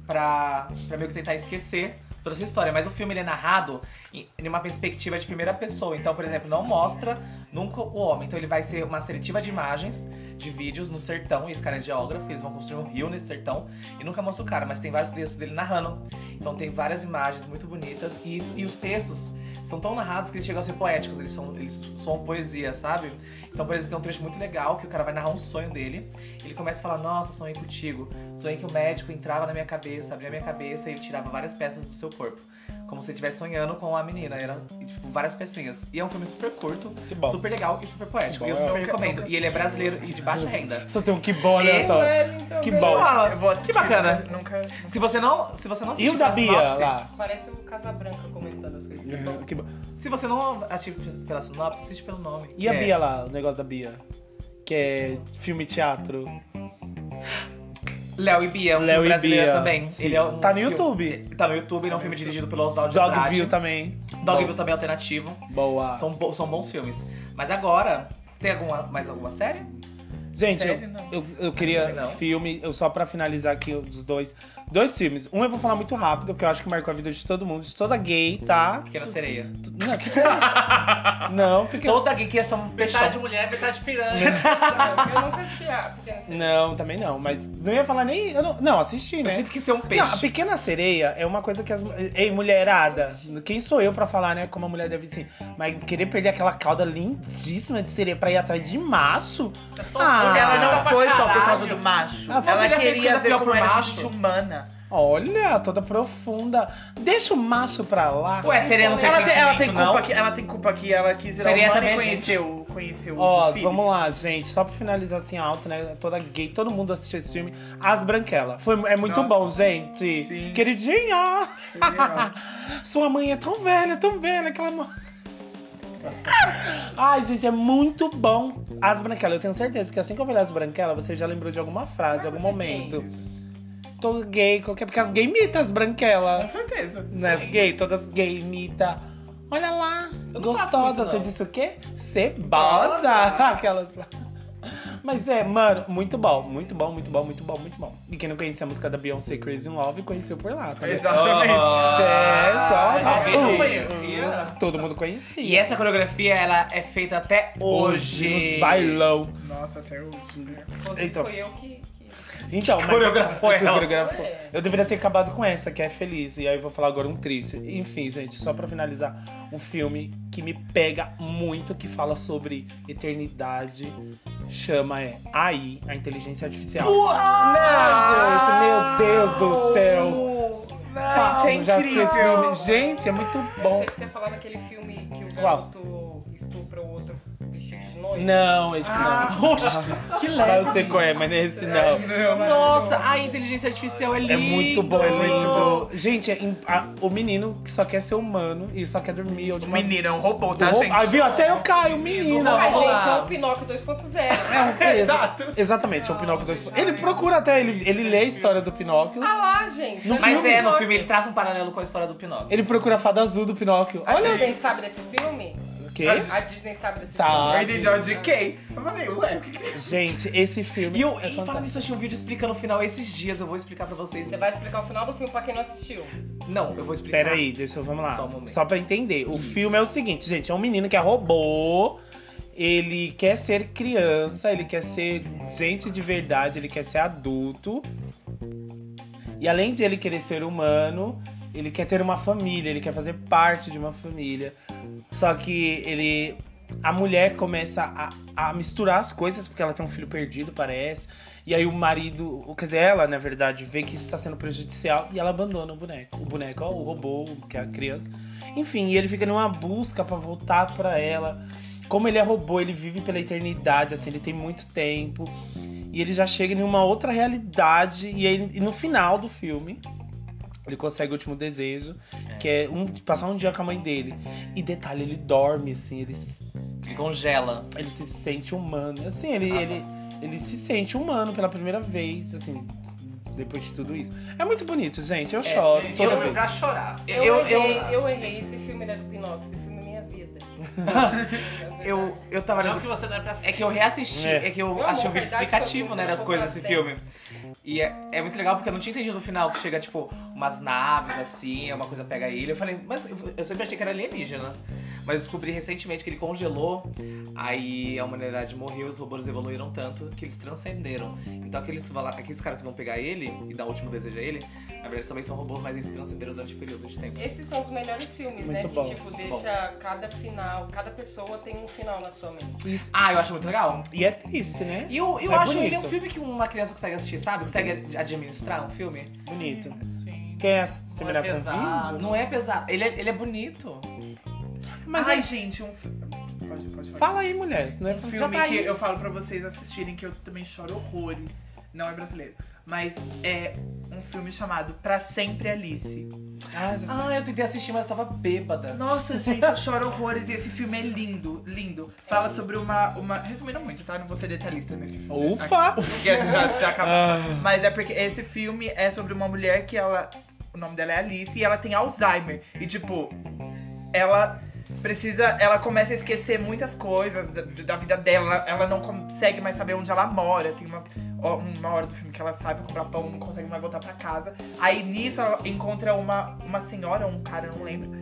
[SPEAKER 2] pra, pra meio que tentar esquecer toda essa história. Mas o filme ele é narrado em, em uma perspectiva de primeira pessoa. Então, por exemplo, não mostra nunca o homem. Então ele vai ser uma seletiva de imagens, de vídeos no sertão. E esse cara é geógrafo, eles vão construir um rio nesse sertão. E nunca mostra o cara, mas tem vários textos dele narrando. Então tem várias imagens muito bonitas. E, e os textos são tão narrados que eles chegam a ser poéticos. Eles são, eles são poesia, sabe? Então, por exemplo, tem um trecho muito legal que o cara vai narrar um sonho dele. Ele começa a falar, nossa, sonhei contigo. Sonhei que o médico entrava na minha cabeça, abria minha cabeça e ele tirava várias peças do seu corpo. Como se ele estivesse sonhando com a menina. Era, tipo, várias pecinhas. E é um filme super curto,
[SPEAKER 1] Que bom.
[SPEAKER 2] super legal e super poético.
[SPEAKER 1] Bom,
[SPEAKER 2] e eu
[SPEAKER 1] é.
[SPEAKER 2] super
[SPEAKER 1] Nunca-
[SPEAKER 2] recomendo. E ele é brasileiro e de baixa renda.
[SPEAKER 1] Só tem um que bom, né,
[SPEAKER 2] Esse
[SPEAKER 1] Tom?
[SPEAKER 4] Wellington,
[SPEAKER 1] Que
[SPEAKER 4] né?
[SPEAKER 1] bom.
[SPEAKER 3] Eu vou assistir.
[SPEAKER 2] Que bacana.
[SPEAKER 3] mas Nunca.
[SPEAKER 2] Se você não, se você não
[SPEAKER 1] E
[SPEAKER 2] assistiu
[SPEAKER 1] o da
[SPEAKER 2] pela
[SPEAKER 1] Bia
[SPEAKER 2] sinopse-
[SPEAKER 1] lá?
[SPEAKER 4] Parece o Casabranca comentando as coisas.
[SPEAKER 1] Que bom.
[SPEAKER 2] Se você não assistiu pela sinopse, assiste pelo nome.
[SPEAKER 1] E a
[SPEAKER 2] É.
[SPEAKER 1] Bia lá, o negócio da Bia? Que é filme e teatro.
[SPEAKER 2] Léo e Bia, é um
[SPEAKER 1] Léo
[SPEAKER 2] filme
[SPEAKER 1] e
[SPEAKER 2] brasileiro
[SPEAKER 1] Bia.
[SPEAKER 2] também.
[SPEAKER 1] Sim.
[SPEAKER 2] Ele é um
[SPEAKER 1] Tá no
[SPEAKER 2] filme-
[SPEAKER 1] YouTube.
[SPEAKER 2] Tá no YouTube, ele é um filme dirigido pelo Oswaldo de Andrade.
[SPEAKER 1] Dogville também.
[SPEAKER 2] Dogville também é alternativo.
[SPEAKER 1] Boa.
[SPEAKER 2] São, bo- são bons filmes. Mas agora, você tem alguma, mais alguma série?
[SPEAKER 1] Gente, eu,
[SPEAKER 2] Série, não.
[SPEAKER 1] eu, eu queria
[SPEAKER 2] Não.
[SPEAKER 1] filme, eu só pra finalizar aqui os dois. Dois filmes. Um eu vou falar muito rápido, porque eu acho que marcou a vida de todo mundo, de toda gay, tá?
[SPEAKER 2] Pequena Sereia.
[SPEAKER 1] Não, que Não, porque.
[SPEAKER 2] Toda geek é só um
[SPEAKER 5] Metade
[SPEAKER 2] peixão.
[SPEAKER 5] mulher, metade piranha.
[SPEAKER 4] Eu nunca assisti a Pequena Sereia.
[SPEAKER 1] Não, também não, mas não ia falar nem. eu não, não, assisti,
[SPEAKER 2] Eu
[SPEAKER 1] né?
[SPEAKER 2] sempre quis ser um
[SPEAKER 1] Não, a
[SPEAKER 2] peixe.
[SPEAKER 1] pequena sereia é uma coisa que as. Ei, mulherada, quem sou eu pra falar, né? Como a mulher deve ser. Mas querer perder aquela cauda lindíssima de sereia pra ir atrás de macho. Ah.
[SPEAKER 3] ela não
[SPEAKER 1] pra
[SPEAKER 3] foi só por causa
[SPEAKER 5] caralho.
[SPEAKER 3] do macho.
[SPEAKER 1] Ah,
[SPEAKER 3] ela
[SPEAKER 2] família fez
[SPEAKER 3] queria
[SPEAKER 2] coisa
[SPEAKER 3] ver
[SPEAKER 2] pior
[SPEAKER 3] como
[SPEAKER 2] pro
[SPEAKER 3] era
[SPEAKER 2] macho.
[SPEAKER 3] gente humana.
[SPEAKER 1] Olha, toda profunda. Deixa o macho pra lá.
[SPEAKER 2] Ué, sereia não tem
[SPEAKER 3] Ela tem, ela tem
[SPEAKER 2] sentimento,
[SPEAKER 3] culpa
[SPEAKER 2] não?
[SPEAKER 3] que ela tem culpa que ela quis virar
[SPEAKER 2] Seria
[SPEAKER 3] humana e
[SPEAKER 2] também a gente.
[SPEAKER 3] conheceu, conheceu
[SPEAKER 1] Ó,
[SPEAKER 3] o filho.
[SPEAKER 1] vamos lá, gente. Só pra finalizar assim alto, né? Toda gay, todo mundo assistiu esse filme. As Branquelas. Foi, é muito
[SPEAKER 3] Nossa.
[SPEAKER 1] bom, gente.
[SPEAKER 3] Sim.
[SPEAKER 1] Queridinha!
[SPEAKER 3] Queridinha.
[SPEAKER 1] Sua mãe é tão velha, tão velha, aquela mãe. Ai, gente, é muito bom. As Branquelas. Eu tenho certeza que assim que eu falei As Branquelas, você já lembrou de alguma frase, algum momento. Tô gay, qualquer. Porque as gay imita as
[SPEAKER 3] Com
[SPEAKER 1] branquelas.
[SPEAKER 3] certeza.
[SPEAKER 1] Né? As gay, todas gay imita. Olha lá,
[SPEAKER 2] faço
[SPEAKER 1] gostosa.
[SPEAKER 2] muito,
[SPEAKER 1] Você
[SPEAKER 2] não.
[SPEAKER 1] disse o quê? Cebosa. Aquelas lá. Mas é, mano, muito bom, muito bom, muito bom, muito bom, muito bom. E quem não conhecia a música da Beyoncé Crazy in Love conheceu por lá, tá ligado?
[SPEAKER 3] Exatamente.
[SPEAKER 1] É, só-
[SPEAKER 2] Alguém Ah, não
[SPEAKER 1] Uh.
[SPEAKER 2] conhecia.
[SPEAKER 1] Todo mundo conhecia.
[SPEAKER 2] E essa coreografia, ela é feita até hoje.
[SPEAKER 1] Nos bailão.
[SPEAKER 3] Nossa, até hoje. né?
[SPEAKER 4] Você
[SPEAKER 1] Então.
[SPEAKER 4] foi eu que. que...
[SPEAKER 1] Então, mas-
[SPEAKER 2] coreografou
[SPEAKER 1] que
[SPEAKER 2] ela.
[SPEAKER 1] coreografou.
[SPEAKER 4] É.
[SPEAKER 1] Eu deveria ter acabado com essa, que é feliz. E aí eu vou falar agora um triste. Enfim, gente, só pra finalizar, um filme que me pega muito, que fala sobre eternidade, chama é AI, a inteligência artificial. Não, gente, meu Deus do céu.
[SPEAKER 3] Não, gente, é
[SPEAKER 1] já assisti esse
[SPEAKER 3] incrível.
[SPEAKER 1] filme. Gente, é muito
[SPEAKER 4] Eu
[SPEAKER 1] bom.
[SPEAKER 4] sei que você ia falar daquele filme que o
[SPEAKER 1] Qual?
[SPEAKER 4] garoto estupra o outro vestido de noiva.
[SPEAKER 1] Não, esse
[SPEAKER 3] Ah,
[SPEAKER 1] não. que leve. Mas eu sei qual é, mas nesse não.
[SPEAKER 2] Nossa, a inteligência artificial é linda.
[SPEAKER 1] É muito bom, é muito bom. Gente, é im- a- o menino que só quer ser humano e só quer dormir. ou de
[SPEAKER 3] O
[SPEAKER 1] uma-
[SPEAKER 3] menino é um robô,
[SPEAKER 1] O
[SPEAKER 3] tá,
[SPEAKER 1] ro-
[SPEAKER 3] gente?
[SPEAKER 1] Aí viu, até eu caio, menina.
[SPEAKER 4] Ah,
[SPEAKER 1] vamos
[SPEAKER 4] gente,
[SPEAKER 1] lá.
[SPEAKER 4] é o Pinóquio 2.0.
[SPEAKER 1] É um preso.
[SPEAKER 5] Exato.
[SPEAKER 1] Exatamente, é o Pinóquio 2. Ele procura até, ele, ele lê a história do Pinóquio.
[SPEAKER 4] Ah lá, gente.
[SPEAKER 1] No
[SPEAKER 2] Mas
[SPEAKER 1] filme,
[SPEAKER 2] é, no filme ele traça um paralelo com a história do Pinóquio.
[SPEAKER 1] Ele procura a fada azul do Pinóquio.
[SPEAKER 4] A
[SPEAKER 1] Olha
[SPEAKER 4] Disney sabe desse filme?
[SPEAKER 1] o quê?
[SPEAKER 4] A Disney sabe desse
[SPEAKER 1] Sabe.
[SPEAKER 3] Ele de onde Kay. Eu falei, ué, o que que
[SPEAKER 1] Gente, esse filme.
[SPEAKER 2] E eu,
[SPEAKER 1] é
[SPEAKER 2] e
[SPEAKER 1] fantástico.
[SPEAKER 2] falando isso, eu achei um vídeo explicando o final esses dias. Eu vou explicar pra vocês.
[SPEAKER 4] filme. Você vai explicar o final do filme pra quem não assistiu.
[SPEAKER 2] Não, eu vou explicar.
[SPEAKER 1] Pera aí, deixa eu, vamos lá.
[SPEAKER 2] Só
[SPEAKER 1] Só,
[SPEAKER 2] um momento.
[SPEAKER 1] pra entender. O filme é o seguinte, gente, é um menino que é robô. Ele quer ser criança, ele quer ser gente de verdade, ele quer ser adulto. E além de ele querer ser humano, ele quer ter uma família, ele quer fazer parte de uma família. Só que ele a mulher começa a, a misturar as coisas, porque ela tem um filho perdido, parece. E aí o marido, o- quer dizer, ela, na verdade, vê que isso está sendo prejudicial e ela abandona o boneco. O boneco, ó, o robô, que é a criança. Enfim, e ele fica numa busca pra voltar pra ela. Como ele é robô, ele vive pela eternidade, assim, ele tem muito tempo. E ele já chega em uma outra realidade. E, ele- e no final do filme, ele consegue o último desejo, que é um- passar um dia com a mãe dele. E detalhe, ele dorme, assim, ele
[SPEAKER 2] Ele congela.
[SPEAKER 1] ele se sente humano. Assim, ele,
[SPEAKER 2] Aham.
[SPEAKER 1] ele, ele se sente humano pela primeira vez, assim, depois de tudo isso. É muito bonito, gente. Eu choro
[SPEAKER 5] E
[SPEAKER 1] toda
[SPEAKER 5] eu
[SPEAKER 1] vez.
[SPEAKER 5] pra chorar.
[SPEAKER 4] Eu,
[SPEAKER 2] Eu-
[SPEAKER 4] errei,
[SPEAKER 2] eu-
[SPEAKER 4] eu errei. Esse filme era do Pinóquio, esse filme é minha vida.
[SPEAKER 2] Eu, eu tava
[SPEAKER 5] Não
[SPEAKER 2] lendo.
[SPEAKER 5] que você não é pra
[SPEAKER 2] É que eu reassisti, é,
[SPEAKER 1] É.
[SPEAKER 2] que eu
[SPEAKER 4] Meu
[SPEAKER 2] achei o
[SPEAKER 4] amor,
[SPEAKER 2] vídeo
[SPEAKER 4] verdade,
[SPEAKER 2] explicativo,
[SPEAKER 4] foi
[SPEAKER 2] né, das
[SPEAKER 4] com
[SPEAKER 2] coisas desse
[SPEAKER 4] você.
[SPEAKER 2] filme. E é, é muito legal porque eu não tinha entendido no final que chega, tipo, umas naves assim, uma coisa pega ele. Eu falei, mas eu, eu sempre achei que era alienígena. Mas eu descobri recentemente que ele congelou, aí a humanidade morreu, os robôs evoluíram tanto que eles transcenderam. Então aqueles, vala- aqueles caras que vão pegar ele e dar o último desejo a ele, na verdade também são robôs, mas eles transcenderam durante um período de tempo.
[SPEAKER 4] Esses são os melhores filmes, né?
[SPEAKER 1] Muito
[SPEAKER 4] Que
[SPEAKER 1] bom,
[SPEAKER 4] tipo,
[SPEAKER 2] muito bom.
[SPEAKER 4] deixa cada final, cada pessoa tem um final na sua mente.
[SPEAKER 1] Isso-
[SPEAKER 2] Ah, eu acho muito legal.
[SPEAKER 1] E é triste, né?
[SPEAKER 2] E eu, eu
[SPEAKER 1] É
[SPEAKER 2] acho ele é um
[SPEAKER 1] bonito.
[SPEAKER 2] filme que uma criança consegue assistir, sabe? Consegue administrar um filme.
[SPEAKER 1] Bonito.
[SPEAKER 5] Sim.
[SPEAKER 1] Quer
[SPEAKER 5] Não
[SPEAKER 1] terminar
[SPEAKER 5] é
[SPEAKER 1] com um
[SPEAKER 5] pesado.
[SPEAKER 1] vídeo?
[SPEAKER 2] Não é pesado. Ele é, ele é bonito.
[SPEAKER 1] Mas
[SPEAKER 3] Ai,
[SPEAKER 1] aí,
[SPEAKER 3] gente, um filme. Pode, pode, pode.
[SPEAKER 1] fala aí, mulher. Isso não é
[SPEAKER 3] Um
[SPEAKER 1] já
[SPEAKER 3] filme
[SPEAKER 1] tá
[SPEAKER 3] que
[SPEAKER 1] aí.
[SPEAKER 3] eu falo pra vocês assistirem que eu também choro horrores. Não é brasileiro. Mas é um filme chamado Pra Sempre Alice.
[SPEAKER 1] Ah, já sei.
[SPEAKER 2] Ah, eu tentei assistir, mas eu tava bêbada.
[SPEAKER 3] Nossa, gente, eu choro horrores e esse filme é lindo, lindo. Fala sobre uma. uma... Resumindo muito, tá? Não vou ser detalhista nesse filme.
[SPEAKER 1] Ufa!
[SPEAKER 3] Porque a gente já, já acabou.
[SPEAKER 1] Ah,
[SPEAKER 3] Mas é porque esse filme é sobre uma mulher que ela. O nome dela é Alice e ela tem Alzheimer. E tipo, ela precisa. Ela começa a esquecer muitas coisas da, da vida dela. Ela não consegue mais saber onde ela mora. Tem uma, ó, uma hora do filme que ela sabe comprar pão, não consegue mais voltar pra casa. Aí nisso ela encontra uma, uma senhora, um cara, eu não lembro.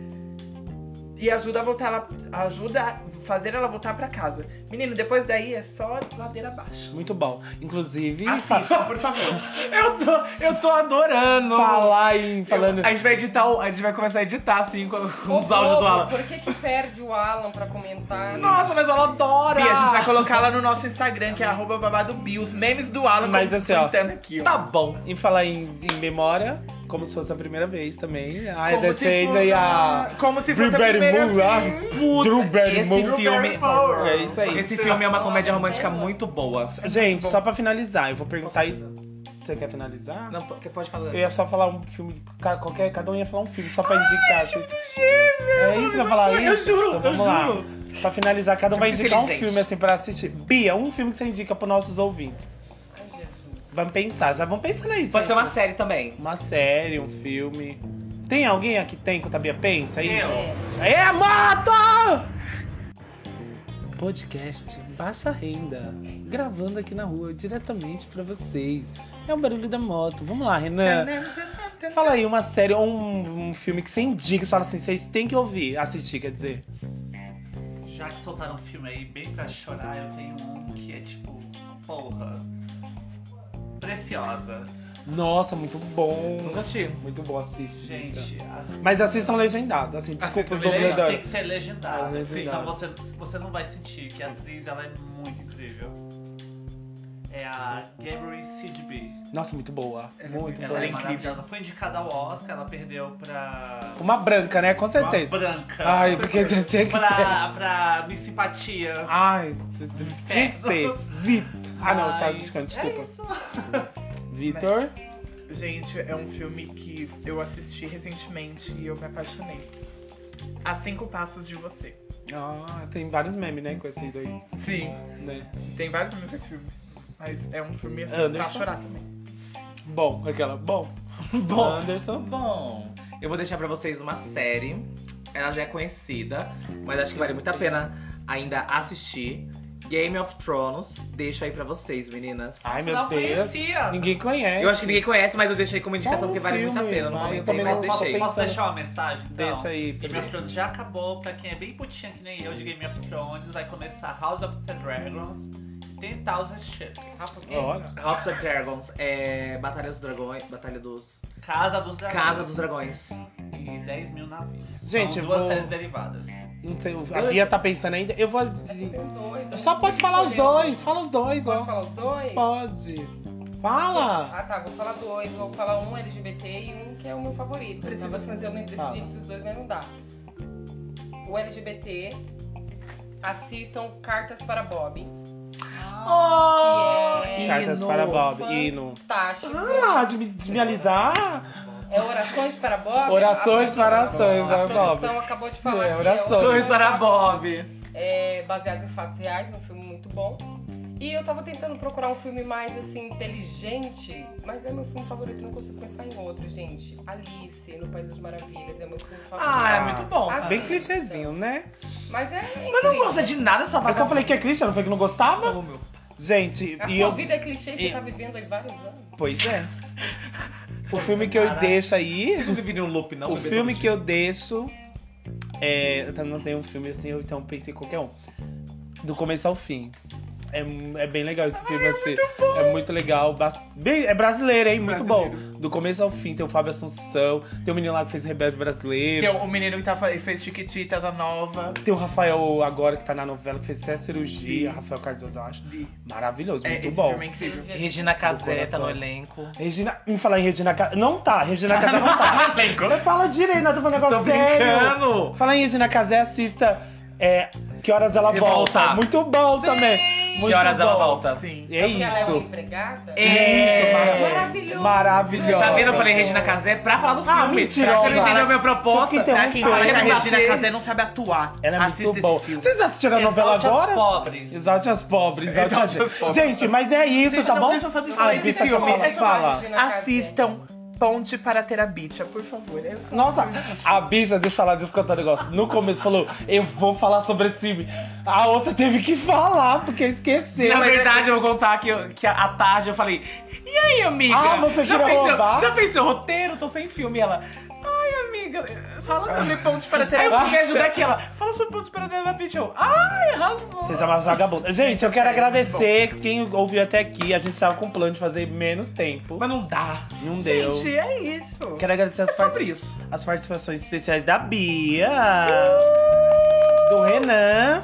[SPEAKER 3] E ajuda a voltar ela. Ajuda a fazer ela voltar pra casa. Menino, depois daí é só ladeira abaixo.
[SPEAKER 1] Ah, muito bom. Inclusive,
[SPEAKER 3] Ah,
[SPEAKER 1] fa-
[SPEAKER 3] Assista, por favor.
[SPEAKER 2] Eu tô, eu tô adorando.
[SPEAKER 1] falar em. Falando.
[SPEAKER 2] Eu- a gente vai editar, o- a gente vai começar a editar, assim, com, com os
[SPEAKER 4] Ô,
[SPEAKER 2] áudios do
[SPEAKER 4] bobo,
[SPEAKER 2] Alan.
[SPEAKER 4] Por que que perde o Alan pra comentar?
[SPEAKER 2] Nossa, mas o Alan adora!
[SPEAKER 3] Bia, a gente vai colocar lá no nosso Instagram, que é arroba babado Bia, os memes do Alan
[SPEAKER 1] Mas
[SPEAKER 3] como
[SPEAKER 1] assim, ó,
[SPEAKER 3] comentando aqui, ó.
[SPEAKER 2] Tá bom.
[SPEAKER 1] Em falar em, em memória, como se fosse a primeira vez também. A
[SPEAKER 3] Como
[SPEAKER 1] Eda
[SPEAKER 3] se
[SPEAKER 1] Seyda
[SPEAKER 3] for-
[SPEAKER 1] e a.
[SPEAKER 3] Como se fosse a
[SPEAKER 1] Blueberry
[SPEAKER 3] primeira
[SPEAKER 1] Moon lá.
[SPEAKER 3] vez.
[SPEAKER 1] Drew
[SPEAKER 2] Esse
[SPEAKER 1] Barrymore.
[SPEAKER 2] filme.
[SPEAKER 3] Power.
[SPEAKER 1] É isso aí.
[SPEAKER 2] Esse filme é uma comédia romântica muito boa.
[SPEAKER 1] Gente, só pra finalizar, eu vou perguntar aí. Você quer finalizar?
[SPEAKER 2] Não, po- pode falar.
[SPEAKER 1] Eu ia só falar um filme, de ca- qualquer, cada um ia falar um filme, só pra indicar. assim. é isso que eu ia falar?
[SPEAKER 2] Eu
[SPEAKER 1] isso?
[SPEAKER 2] juro,
[SPEAKER 1] Então,
[SPEAKER 2] eu
[SPEAKER 1] vamos lá.
[SPEAKER 2] juro.
[SPEAKER 1] Pra finalizar, cada um vai
[SPEAKER 2] Muito
[SPEAKER 1] indicar um
[SPEAKER 2] inteligente.
[SPEAKER 1] filme assim pra assistir. Bia, um filme que você indica pros nossos ouvintes.
[SPEAKER 4] Ai, Jesus.
[SPEAKER 1] Vamos pensar, já vamos pensando aí.
[SPEAKER 2] Pode ser
[SPEAKER 1] gente.
[SPEAKER 2] uma série também.
[SPEAKER 1] Uma série, um filme. Tem alguém aqui que tem enquanto a Bia pensa? É
[SPEAKER 5] Eu.
[SPEAKER 1] Isso?
[SPEAKER 4] Gente,
[SPEAKER 1] É, mata! Podcast Baixa Renda, gravando aqui na rua diretamente pra vocês. É o barulho da moto. Vamos lá, Renan. Fala aí uma série ou um, um filme que você indica, você fala assim, vocês têm que ouvir, assistir, quer dizer.
[SPEAKER 5] Já que soltaram um filme aí bem pra chorar, eu tenho um que é tipo, porra. Preciosa.
[SPEAKER 1] Nossa, muito bom.
[SPEAKER 2] Nunca assisti.
[SPEAKER 1] Muito bom, assiste. Luísa.
[SPEAKER 5] Gente, assim,
[SPEAKER 1] Mas assistam legendado, assim, desculpa
[SPEAKER 5] Assista
[SPEAKER 1] os
[SPEAKER 5] o legenda-
[SPEAKER 1] dubladores.
[SPEAKER 5] Tem que ser legendado,
[SPEAKER 1] As legendadas.
[SPEAKER 5] senão você, você não vai sentir que a atriz ela é muito incrível. É a Gabrielle Sidby.
[SPEAKER 1] Nossa, muito boa. Muito
[SPEAKER 5] Ela
[SPEAKER 1] boa.
[SPEAKER 5] é maravilhosa. Foi indicada ao Oscar, ela perdeu pra.
[SPEAKER 1] Uma branca, né? Com
[SPEAKER 5] pra
[SPEAKER 1] certeza.
[SPEAKER 5] Branca.
[SPEAKER 1] Ai, porque tinha que ser.
[SPEAKER 5] pra, pra Miss Simpatia. É.
[SPEAKER 1] Ai, t- t- tinha que ser. Vitor. Ah, não, tá,
[SPEAKER 5] Ai,
[SPEAKER 1] desculpa,
[SPEAKER 5] É
[SPEAKER 1] desculpa.
[SPEAKER 5] isso.
[SPEAKER 1] Vitor.
[SPEAKER 3] Gente, é um filme que eu assisti recentemente e eu me apaixonei. A Cinco Passos de Você.
[SPEAKER 1] Ah, tem vários memes, né, com esse daí,
[SPEAKER 3] Sim,
[SPEAKER 1] né?
[SPEAKER 3] tem vários memes com esse filme. Mas é um filme assim, pra
[SPEAKER 1] Anderson?
[SPEAKER 3] chorar também.
[SPEAKER 1] Bom, aquela. Bom.
[SPEAKER 5] Ah.
[SPEAKER 2] Bom.
[SPEAKER 1] Anderson.
[SPEAKER 2] Bom, eu vou deixar pra vocês uma série. Ela já é conhecida, mas acho que vale muito a pena ainda assistir. Game of Thrones, deixo aí pra vocês, meninas.
[SPEAKER 1] Ai,
[SPEAKER 5] Você
[SPEAKER 1] meu
[SPEAKER 5] não
[SPEAKER 1] Deus.
[SPEAKER 5] conhecia.
[SPEAKER 1] Ninguém conhece.
[SPEAKER 5] É
[SPEAKER 2] Eu acho que ninguém conhece, mas eu deixei como indicação
[SPEAKER 1] Só um
[SPEAKER 2] porque vale muito a
[SPEAKER 1] filme,
[SPEAKER 2] pena. Não
[SPEAKER 1] mas eu
[SPEAKER 2] comentei,
[SPEAKER 1] também
[SPEAKER 2] mas
[SPEAKER 1] não
[SPEAKER 5] posso,
[SPEAKER 2] deixei.
[SPEAKER 1] pensando.
[SPEAKER 5] posso deixar uma mensagem? Então?
[SPEAKER 1] Deixa aí.
[SPEAKER 5] Game of Thrones já acabou, pra quem é bem putinha que nem eu de Game of Thrones, vai começar House of the Dragons e 10,000 Ships.
[SPEAKER 4] Rafa, quem?
[SPEAKER 1] Olha.
[SPEAKER 2] House of Dragons, é, Batalha dos Dragões, Batalha dos...
[SPEAKER 5] Casa dos Dragões.
[SPEAKER 2] Casa dos Dragões.
[SPEAKER 5] E 10 mil navios.
[SPEAKER 1] Gente,
[SPEAKER 5] São
[SPEAKER 1] eu
[SPEAKER 5] duas
[SPEAKER 1] vou-
[SPEAKER 5] séries derivadas.
[SPEAKER 1] Não sei, a Bia tá pensando ainda. Eu vou.
[SPEAKER 4] Tem dois, eu
[SPEAKER 1] Só
[SPEAKER 4] não
[SPEAKER 1] pode
[SPEAKER 4] sei
[SPEAKER 1] falar os
[SPEAKER 4] escolher um.
[SPEAKER 1] dois. Fala os dois
[SPEAKER 4] Pode
[SPEAKER 1] lá.
[SPEAKER 4] falar os dois?
[SPEAKER 1] Pode. Fala!
[SPEAKER 4] Ah tá, vou falar dois, vou falar um LGBT e um que é o meu favorito.
[SPEAKER 3] Precisa
[SPEAKER 4] Tava
[SPEAKER 3] fazer
[SPEAKER 4] tentando
[SPEAKER 3] um.
[SPEAKER 1] Fala.
[SPEAKER 4] decidir entre os dois, mas não dá. O LGBT, assistam Cartas para Bob.
[SPEAKER 2] Oh,
[SPEAKER 4] Que é-
[SPEAKER 1] Cartas
[SPEAKER 2] hino.
[SPEAKER 1] para Bob.
[SPEAKER 4] fã.
[SPEAKER 1] Hino.
[SPEAKER 4] Tático.
[SPEAKER 1] Ah, de, me- de me alisar.
[SPEAKER 4] É Orações para Bob?
[SPEAKER 1] Orações
[SPEAKER 4] A-
[SPEAKER 1] para ações,
[SPEAKER 4] A
[SPEAKER 1] né, Bob?
[SPEAKER 4] produção acabou de falar
[SPEAKER 1] É,
[SPEAKER 4] que
[SPEAKER 1] orações.
[SPEAKER 4] é,
[SPEAKER 2] Dois para
[SPEAKER 4] Orações
[SPEAKER 2] Bob.
[SPEAKER 4] é baseado em fatos reais, um filme muito bom. E eu tava tentando procurar um filme mais assim inteligente, mas é meu filme favorito, não consigo pensar em outro, gente. Alice no País das Maravilhas é meu filme favorito.
[SPEAKER 2] Ah, é muito bom.
[SPEAKER 4] Ah,
[SPEAKER 1] Bem
[SPEAKER 4] sim.
[SPEAKER 1] clichêzinho, né?
[SPEAKER 4] Mas é.
[SPEAKER 5] Mas não gosta de nada essa
[SPEAKER 1] Eu
[SPEAKER 5] vaga.
[SPEAKER 1] só falei que é cristã, não foi que não gostava?
[SPEAKER 5] Ô, meu.
[SPEAKER 1] Gente,
[SPEAKER 4] A
[SPEAKER 1] e
[SPEAKER 4] sua
[SPEAKER 1] eu.
[SPEAKER 4] vida é clichê e você
[SPEAKER 5] E-
[SPEAKER 4] tá vivendo aí vários anos.
[SPEAKER 1] Pois é. O filme que eu
[SPEAKER 5] Caraca.
[SPEAKER 1] deixo aí.
[SPEAKER 5] Não viveria um loop, não.
[SPEAKER 1] o
[SPEAKER 5] bebê,
[SPEAKER 1] filme
[SPEAKER 5] não.
[SPEAKER 1] que eu deixo. É, eu não tenho um filme assim, eu então pensei em qualquer um. Do começo ao fim. É, é bem legal esse filme, assim. É muito legal. bas- Bem, é brasileiro, hein? Muito bom. Do começo ao fim, tem o Fábio Assunção, tem o menino lá que fez o Rebelde Brasileiro.
[SPEAKER 3] Tem o menino que tá, fa- fez Chiquititas, a nova.
[SPEAKER 1] Tem o Rafael agora que tá na novela, que fez até cirurgia, Rafael Cardoso, eu acho. Maravilhoso,
[SPEAKER 3] É,
[SPEAKER 1] muito
[SPEAKER 3] esse
[SPEAKER 1] bom.
[SPEAKER 3] filme é incrível.
[SPEAKER 5] Regina Casé tá
[SPEAKER 1] coração.
[SPEAKER 5] no elenco.
[SPEAKER 1] Regina, me falar em Regina Casa. Não tá, Regina Casa não tá.
[SPEAKER 5] Tá no elenco?
[SPEAKER 1] Mas fala direito, eu tô falando um
[SPEAKER 5] Tô
[SPEAKER 1] negócio sério.
[SPEAKER 5] brincando.
[SPEAKER 1] Fala em Regina Casé, assista é, Que Horas Ela
[SPEAKER 5] Que
[SPEAKER 1] Volta.
[SPEAKER 5] volta.
[SPEAKER 1] Muito bom também. Muito
[SPEAKER 5] Que horas
[SPEAKER 1] bom.
[SPEAKER 5] ela volta?
[SPEAKER 1] É
[SPEAKER 3] Sim.
[SPEAKER 4] Porque ela é uma
[SPEAKER 1] isso.
[SPEAKER 4] empregada?
[SPEAKER 5] É.
[SPEAKER 4] Maravilhoso.
[SPEAKER 1] Maravilhosa.
[SPEAKER 5] Tá vendo? Eu falei Regina Casé pra falar do filme.
[SPEAKER 1] Ah, mentirosa.
[SPEAKER 5] Você não entendeu a minha
[SPEAKER 1] Você que
[SPEAKER 5] proposta?
[SPEAKER 1] interrompeu.
[SPEAKER 5] Tá, quem
[SPEAKER 3] Fala
[SPEAKER 5] fala
[SPEAKER 3] que a
[SPEAKER 5] é
[SPEAKER 3] Regina
[SPEAKER 5] Mbappé.
[SPEAKER 3] Casé não sabe atuar.
[SPEAKER 1] Ela é
[SPEAKER 3] Assista
[SPEAKER 1] muito boa.
[SPEAKER 3] Esse filme.
[SPEAKER 1] Vocês assistiram a novela
[SPEAKER 5] Exalte as
[SPEAKER 1] agora?
[SPEAKER 5] pobres.
[SPEAKER 1] Exalte as pobres. Exalte as...
[SPEAKER 3] Exalte as pobres.
[SPEAKER 1] Gente, mas é isso,
[SPEAKER 3] Gente,
[SPEAKER 1] tá
[SPEAKER 3] não,
[SPEAKER 1] bom?
[SPEAKER 3] deixa eu só
[SPEAKER 1] Ah,
[SPEAKER 3] falar
[SPEAKER 4] é
[SPEAKER 3] desse
[SPEAKER 1] Vissa,
[SPEAKER 3] filme.
[SPEAKER 1] fala,
[SPEAKER 4] Eu sou mais
[SPEAKER 1] fala.
[SPEAKER 4] Regina Casé.
[SPEAKER 3] Assistam Ponte para Terabitia, por favor. É só-
[SPEAKER 1] Nossa, a bicha, deixa eu falar, deixa eu contar um negócio. No começo falou, eu vou falar sobre esse filme. A outra teve que falar, porque esqueceu.
[SPEAKER 3] é
[SPEAKER 5] Na verdade, eu vou contar que, eu- que à tarde eu falei: E aí, amiga?
[SPEAKER 1] Ah, você
[SPEAKER 5] já
[SPEAKER 1] queria
[SPEAKER 5] fez seu-
[SPEAKER 1] roubar?
[SPEAKER 5] já fez seu roteiro? Tô sem filme. E Ela: Ai, amiga, fala sobre Ponte para Terra. Aí eu
[SPEAKER 1] Ah.
[SPEAKER 5] queria ajudar aqui. Ela: Fala sobre Ponte para Terra da Pichão. Ai, arrasou.
[SPEAKER 1] Vocês são é uma vagabunda. Gente, eu quero agradecer quem ouviu até aqui. A gente tava com o plano de fazer menos tempo.
[SPEAKER 5] Mas não dá. é
[SPEAKER 1] Não deu.
[SPEAKER 3] Gente, é isso.
[SPEAKER 1] Quero agradecer as,
[SPEAKER 5] Sobre
[SPEAKER 1] partici-
[SPEAKER 5] isso.
[SPEAKER 1] as participações especiais da Bia,
[SPEAKER 5] Uh!
[SPEAKER 1] do Renan,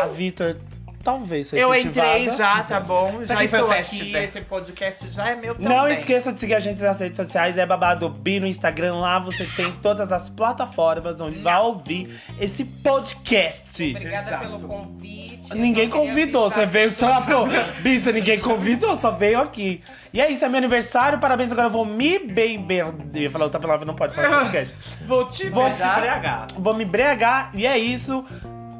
[SPEAKER 1] a Vitor, talvez foi
[SPEAKER 3] Eu
[SPEAKER 1] efetivada.
[SPEAKER 3] entrei já, tá bom? Já
[SPEAKER 5] que foi
[SPEAKER 3] estou
[SPEAKER 5] o teste,
[SPEAKER 3] aqui,
[SPEAKER 5] né?
[SPEAKER 3] esse podcast já é meu também.
[SPEAKER 1] Não esqueça de seguir a gente nas redes sociais, é babado Bi no Instagram. Lá você tem todas as plataformas onde vai ouvir esse podcast.
[SPEAKER 4] Obrigada
[SPEAKER 5] Exato.
[SPEAKER 4] pelo convite.
[SPEAKER 1] Ninguém
[SPEAKER 4] Eu só queria
[SPEAKER 1] convidou,
[SPEAKER 4] avisar
[SPEAKER 1] você veio
[SPEAKER 4] que-
[SPEAKER 1] só pro. Bicha, ninguém convidou, só veio aqui. E é isso, é meu aniversário, parabéns. Agora eu vou me bem. Eu ia falar outra palavra, não pode falar no podcast.
[SPEAKER 5] Vou te
[SPEAKER 4] É
[SPEAKER 1] Vou
[SPEAKER 5] beijar.
[SPEAKER 1] te Vou me bregar e é isso.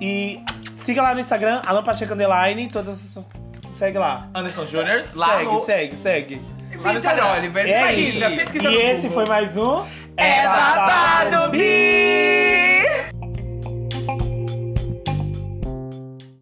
[SPEAKER 1] E siga lá no Instagram, Alan Pacheco Underline, todas as. Segue lá.
[SPEAKER 5] Anderson Júnior, lá
[SPEAKER 1] segue,
[SPEAKER 5] no...
[SPEAKER 1] segue, segue.
[SPEAKER 5] lá no
[SPEAKER 3] Vitor
[SPEAKER 5] Instagram.
[SPEAKER 3] Oliver,
[SPEAKER 1] É
[SPEAKER 3] pesquisa,
[SPEAKER 1] isso.
[SPEAKER 3] pesquisa
[SPEAKER 1] E
[SPEAKER 3] no
[SPEAKER 1] esse
[SPEAKER 3] Google.
[SPEAKER 1] foi mais um.
[SPEAKER 3] É Babado
[SPEAKER 1] Bi!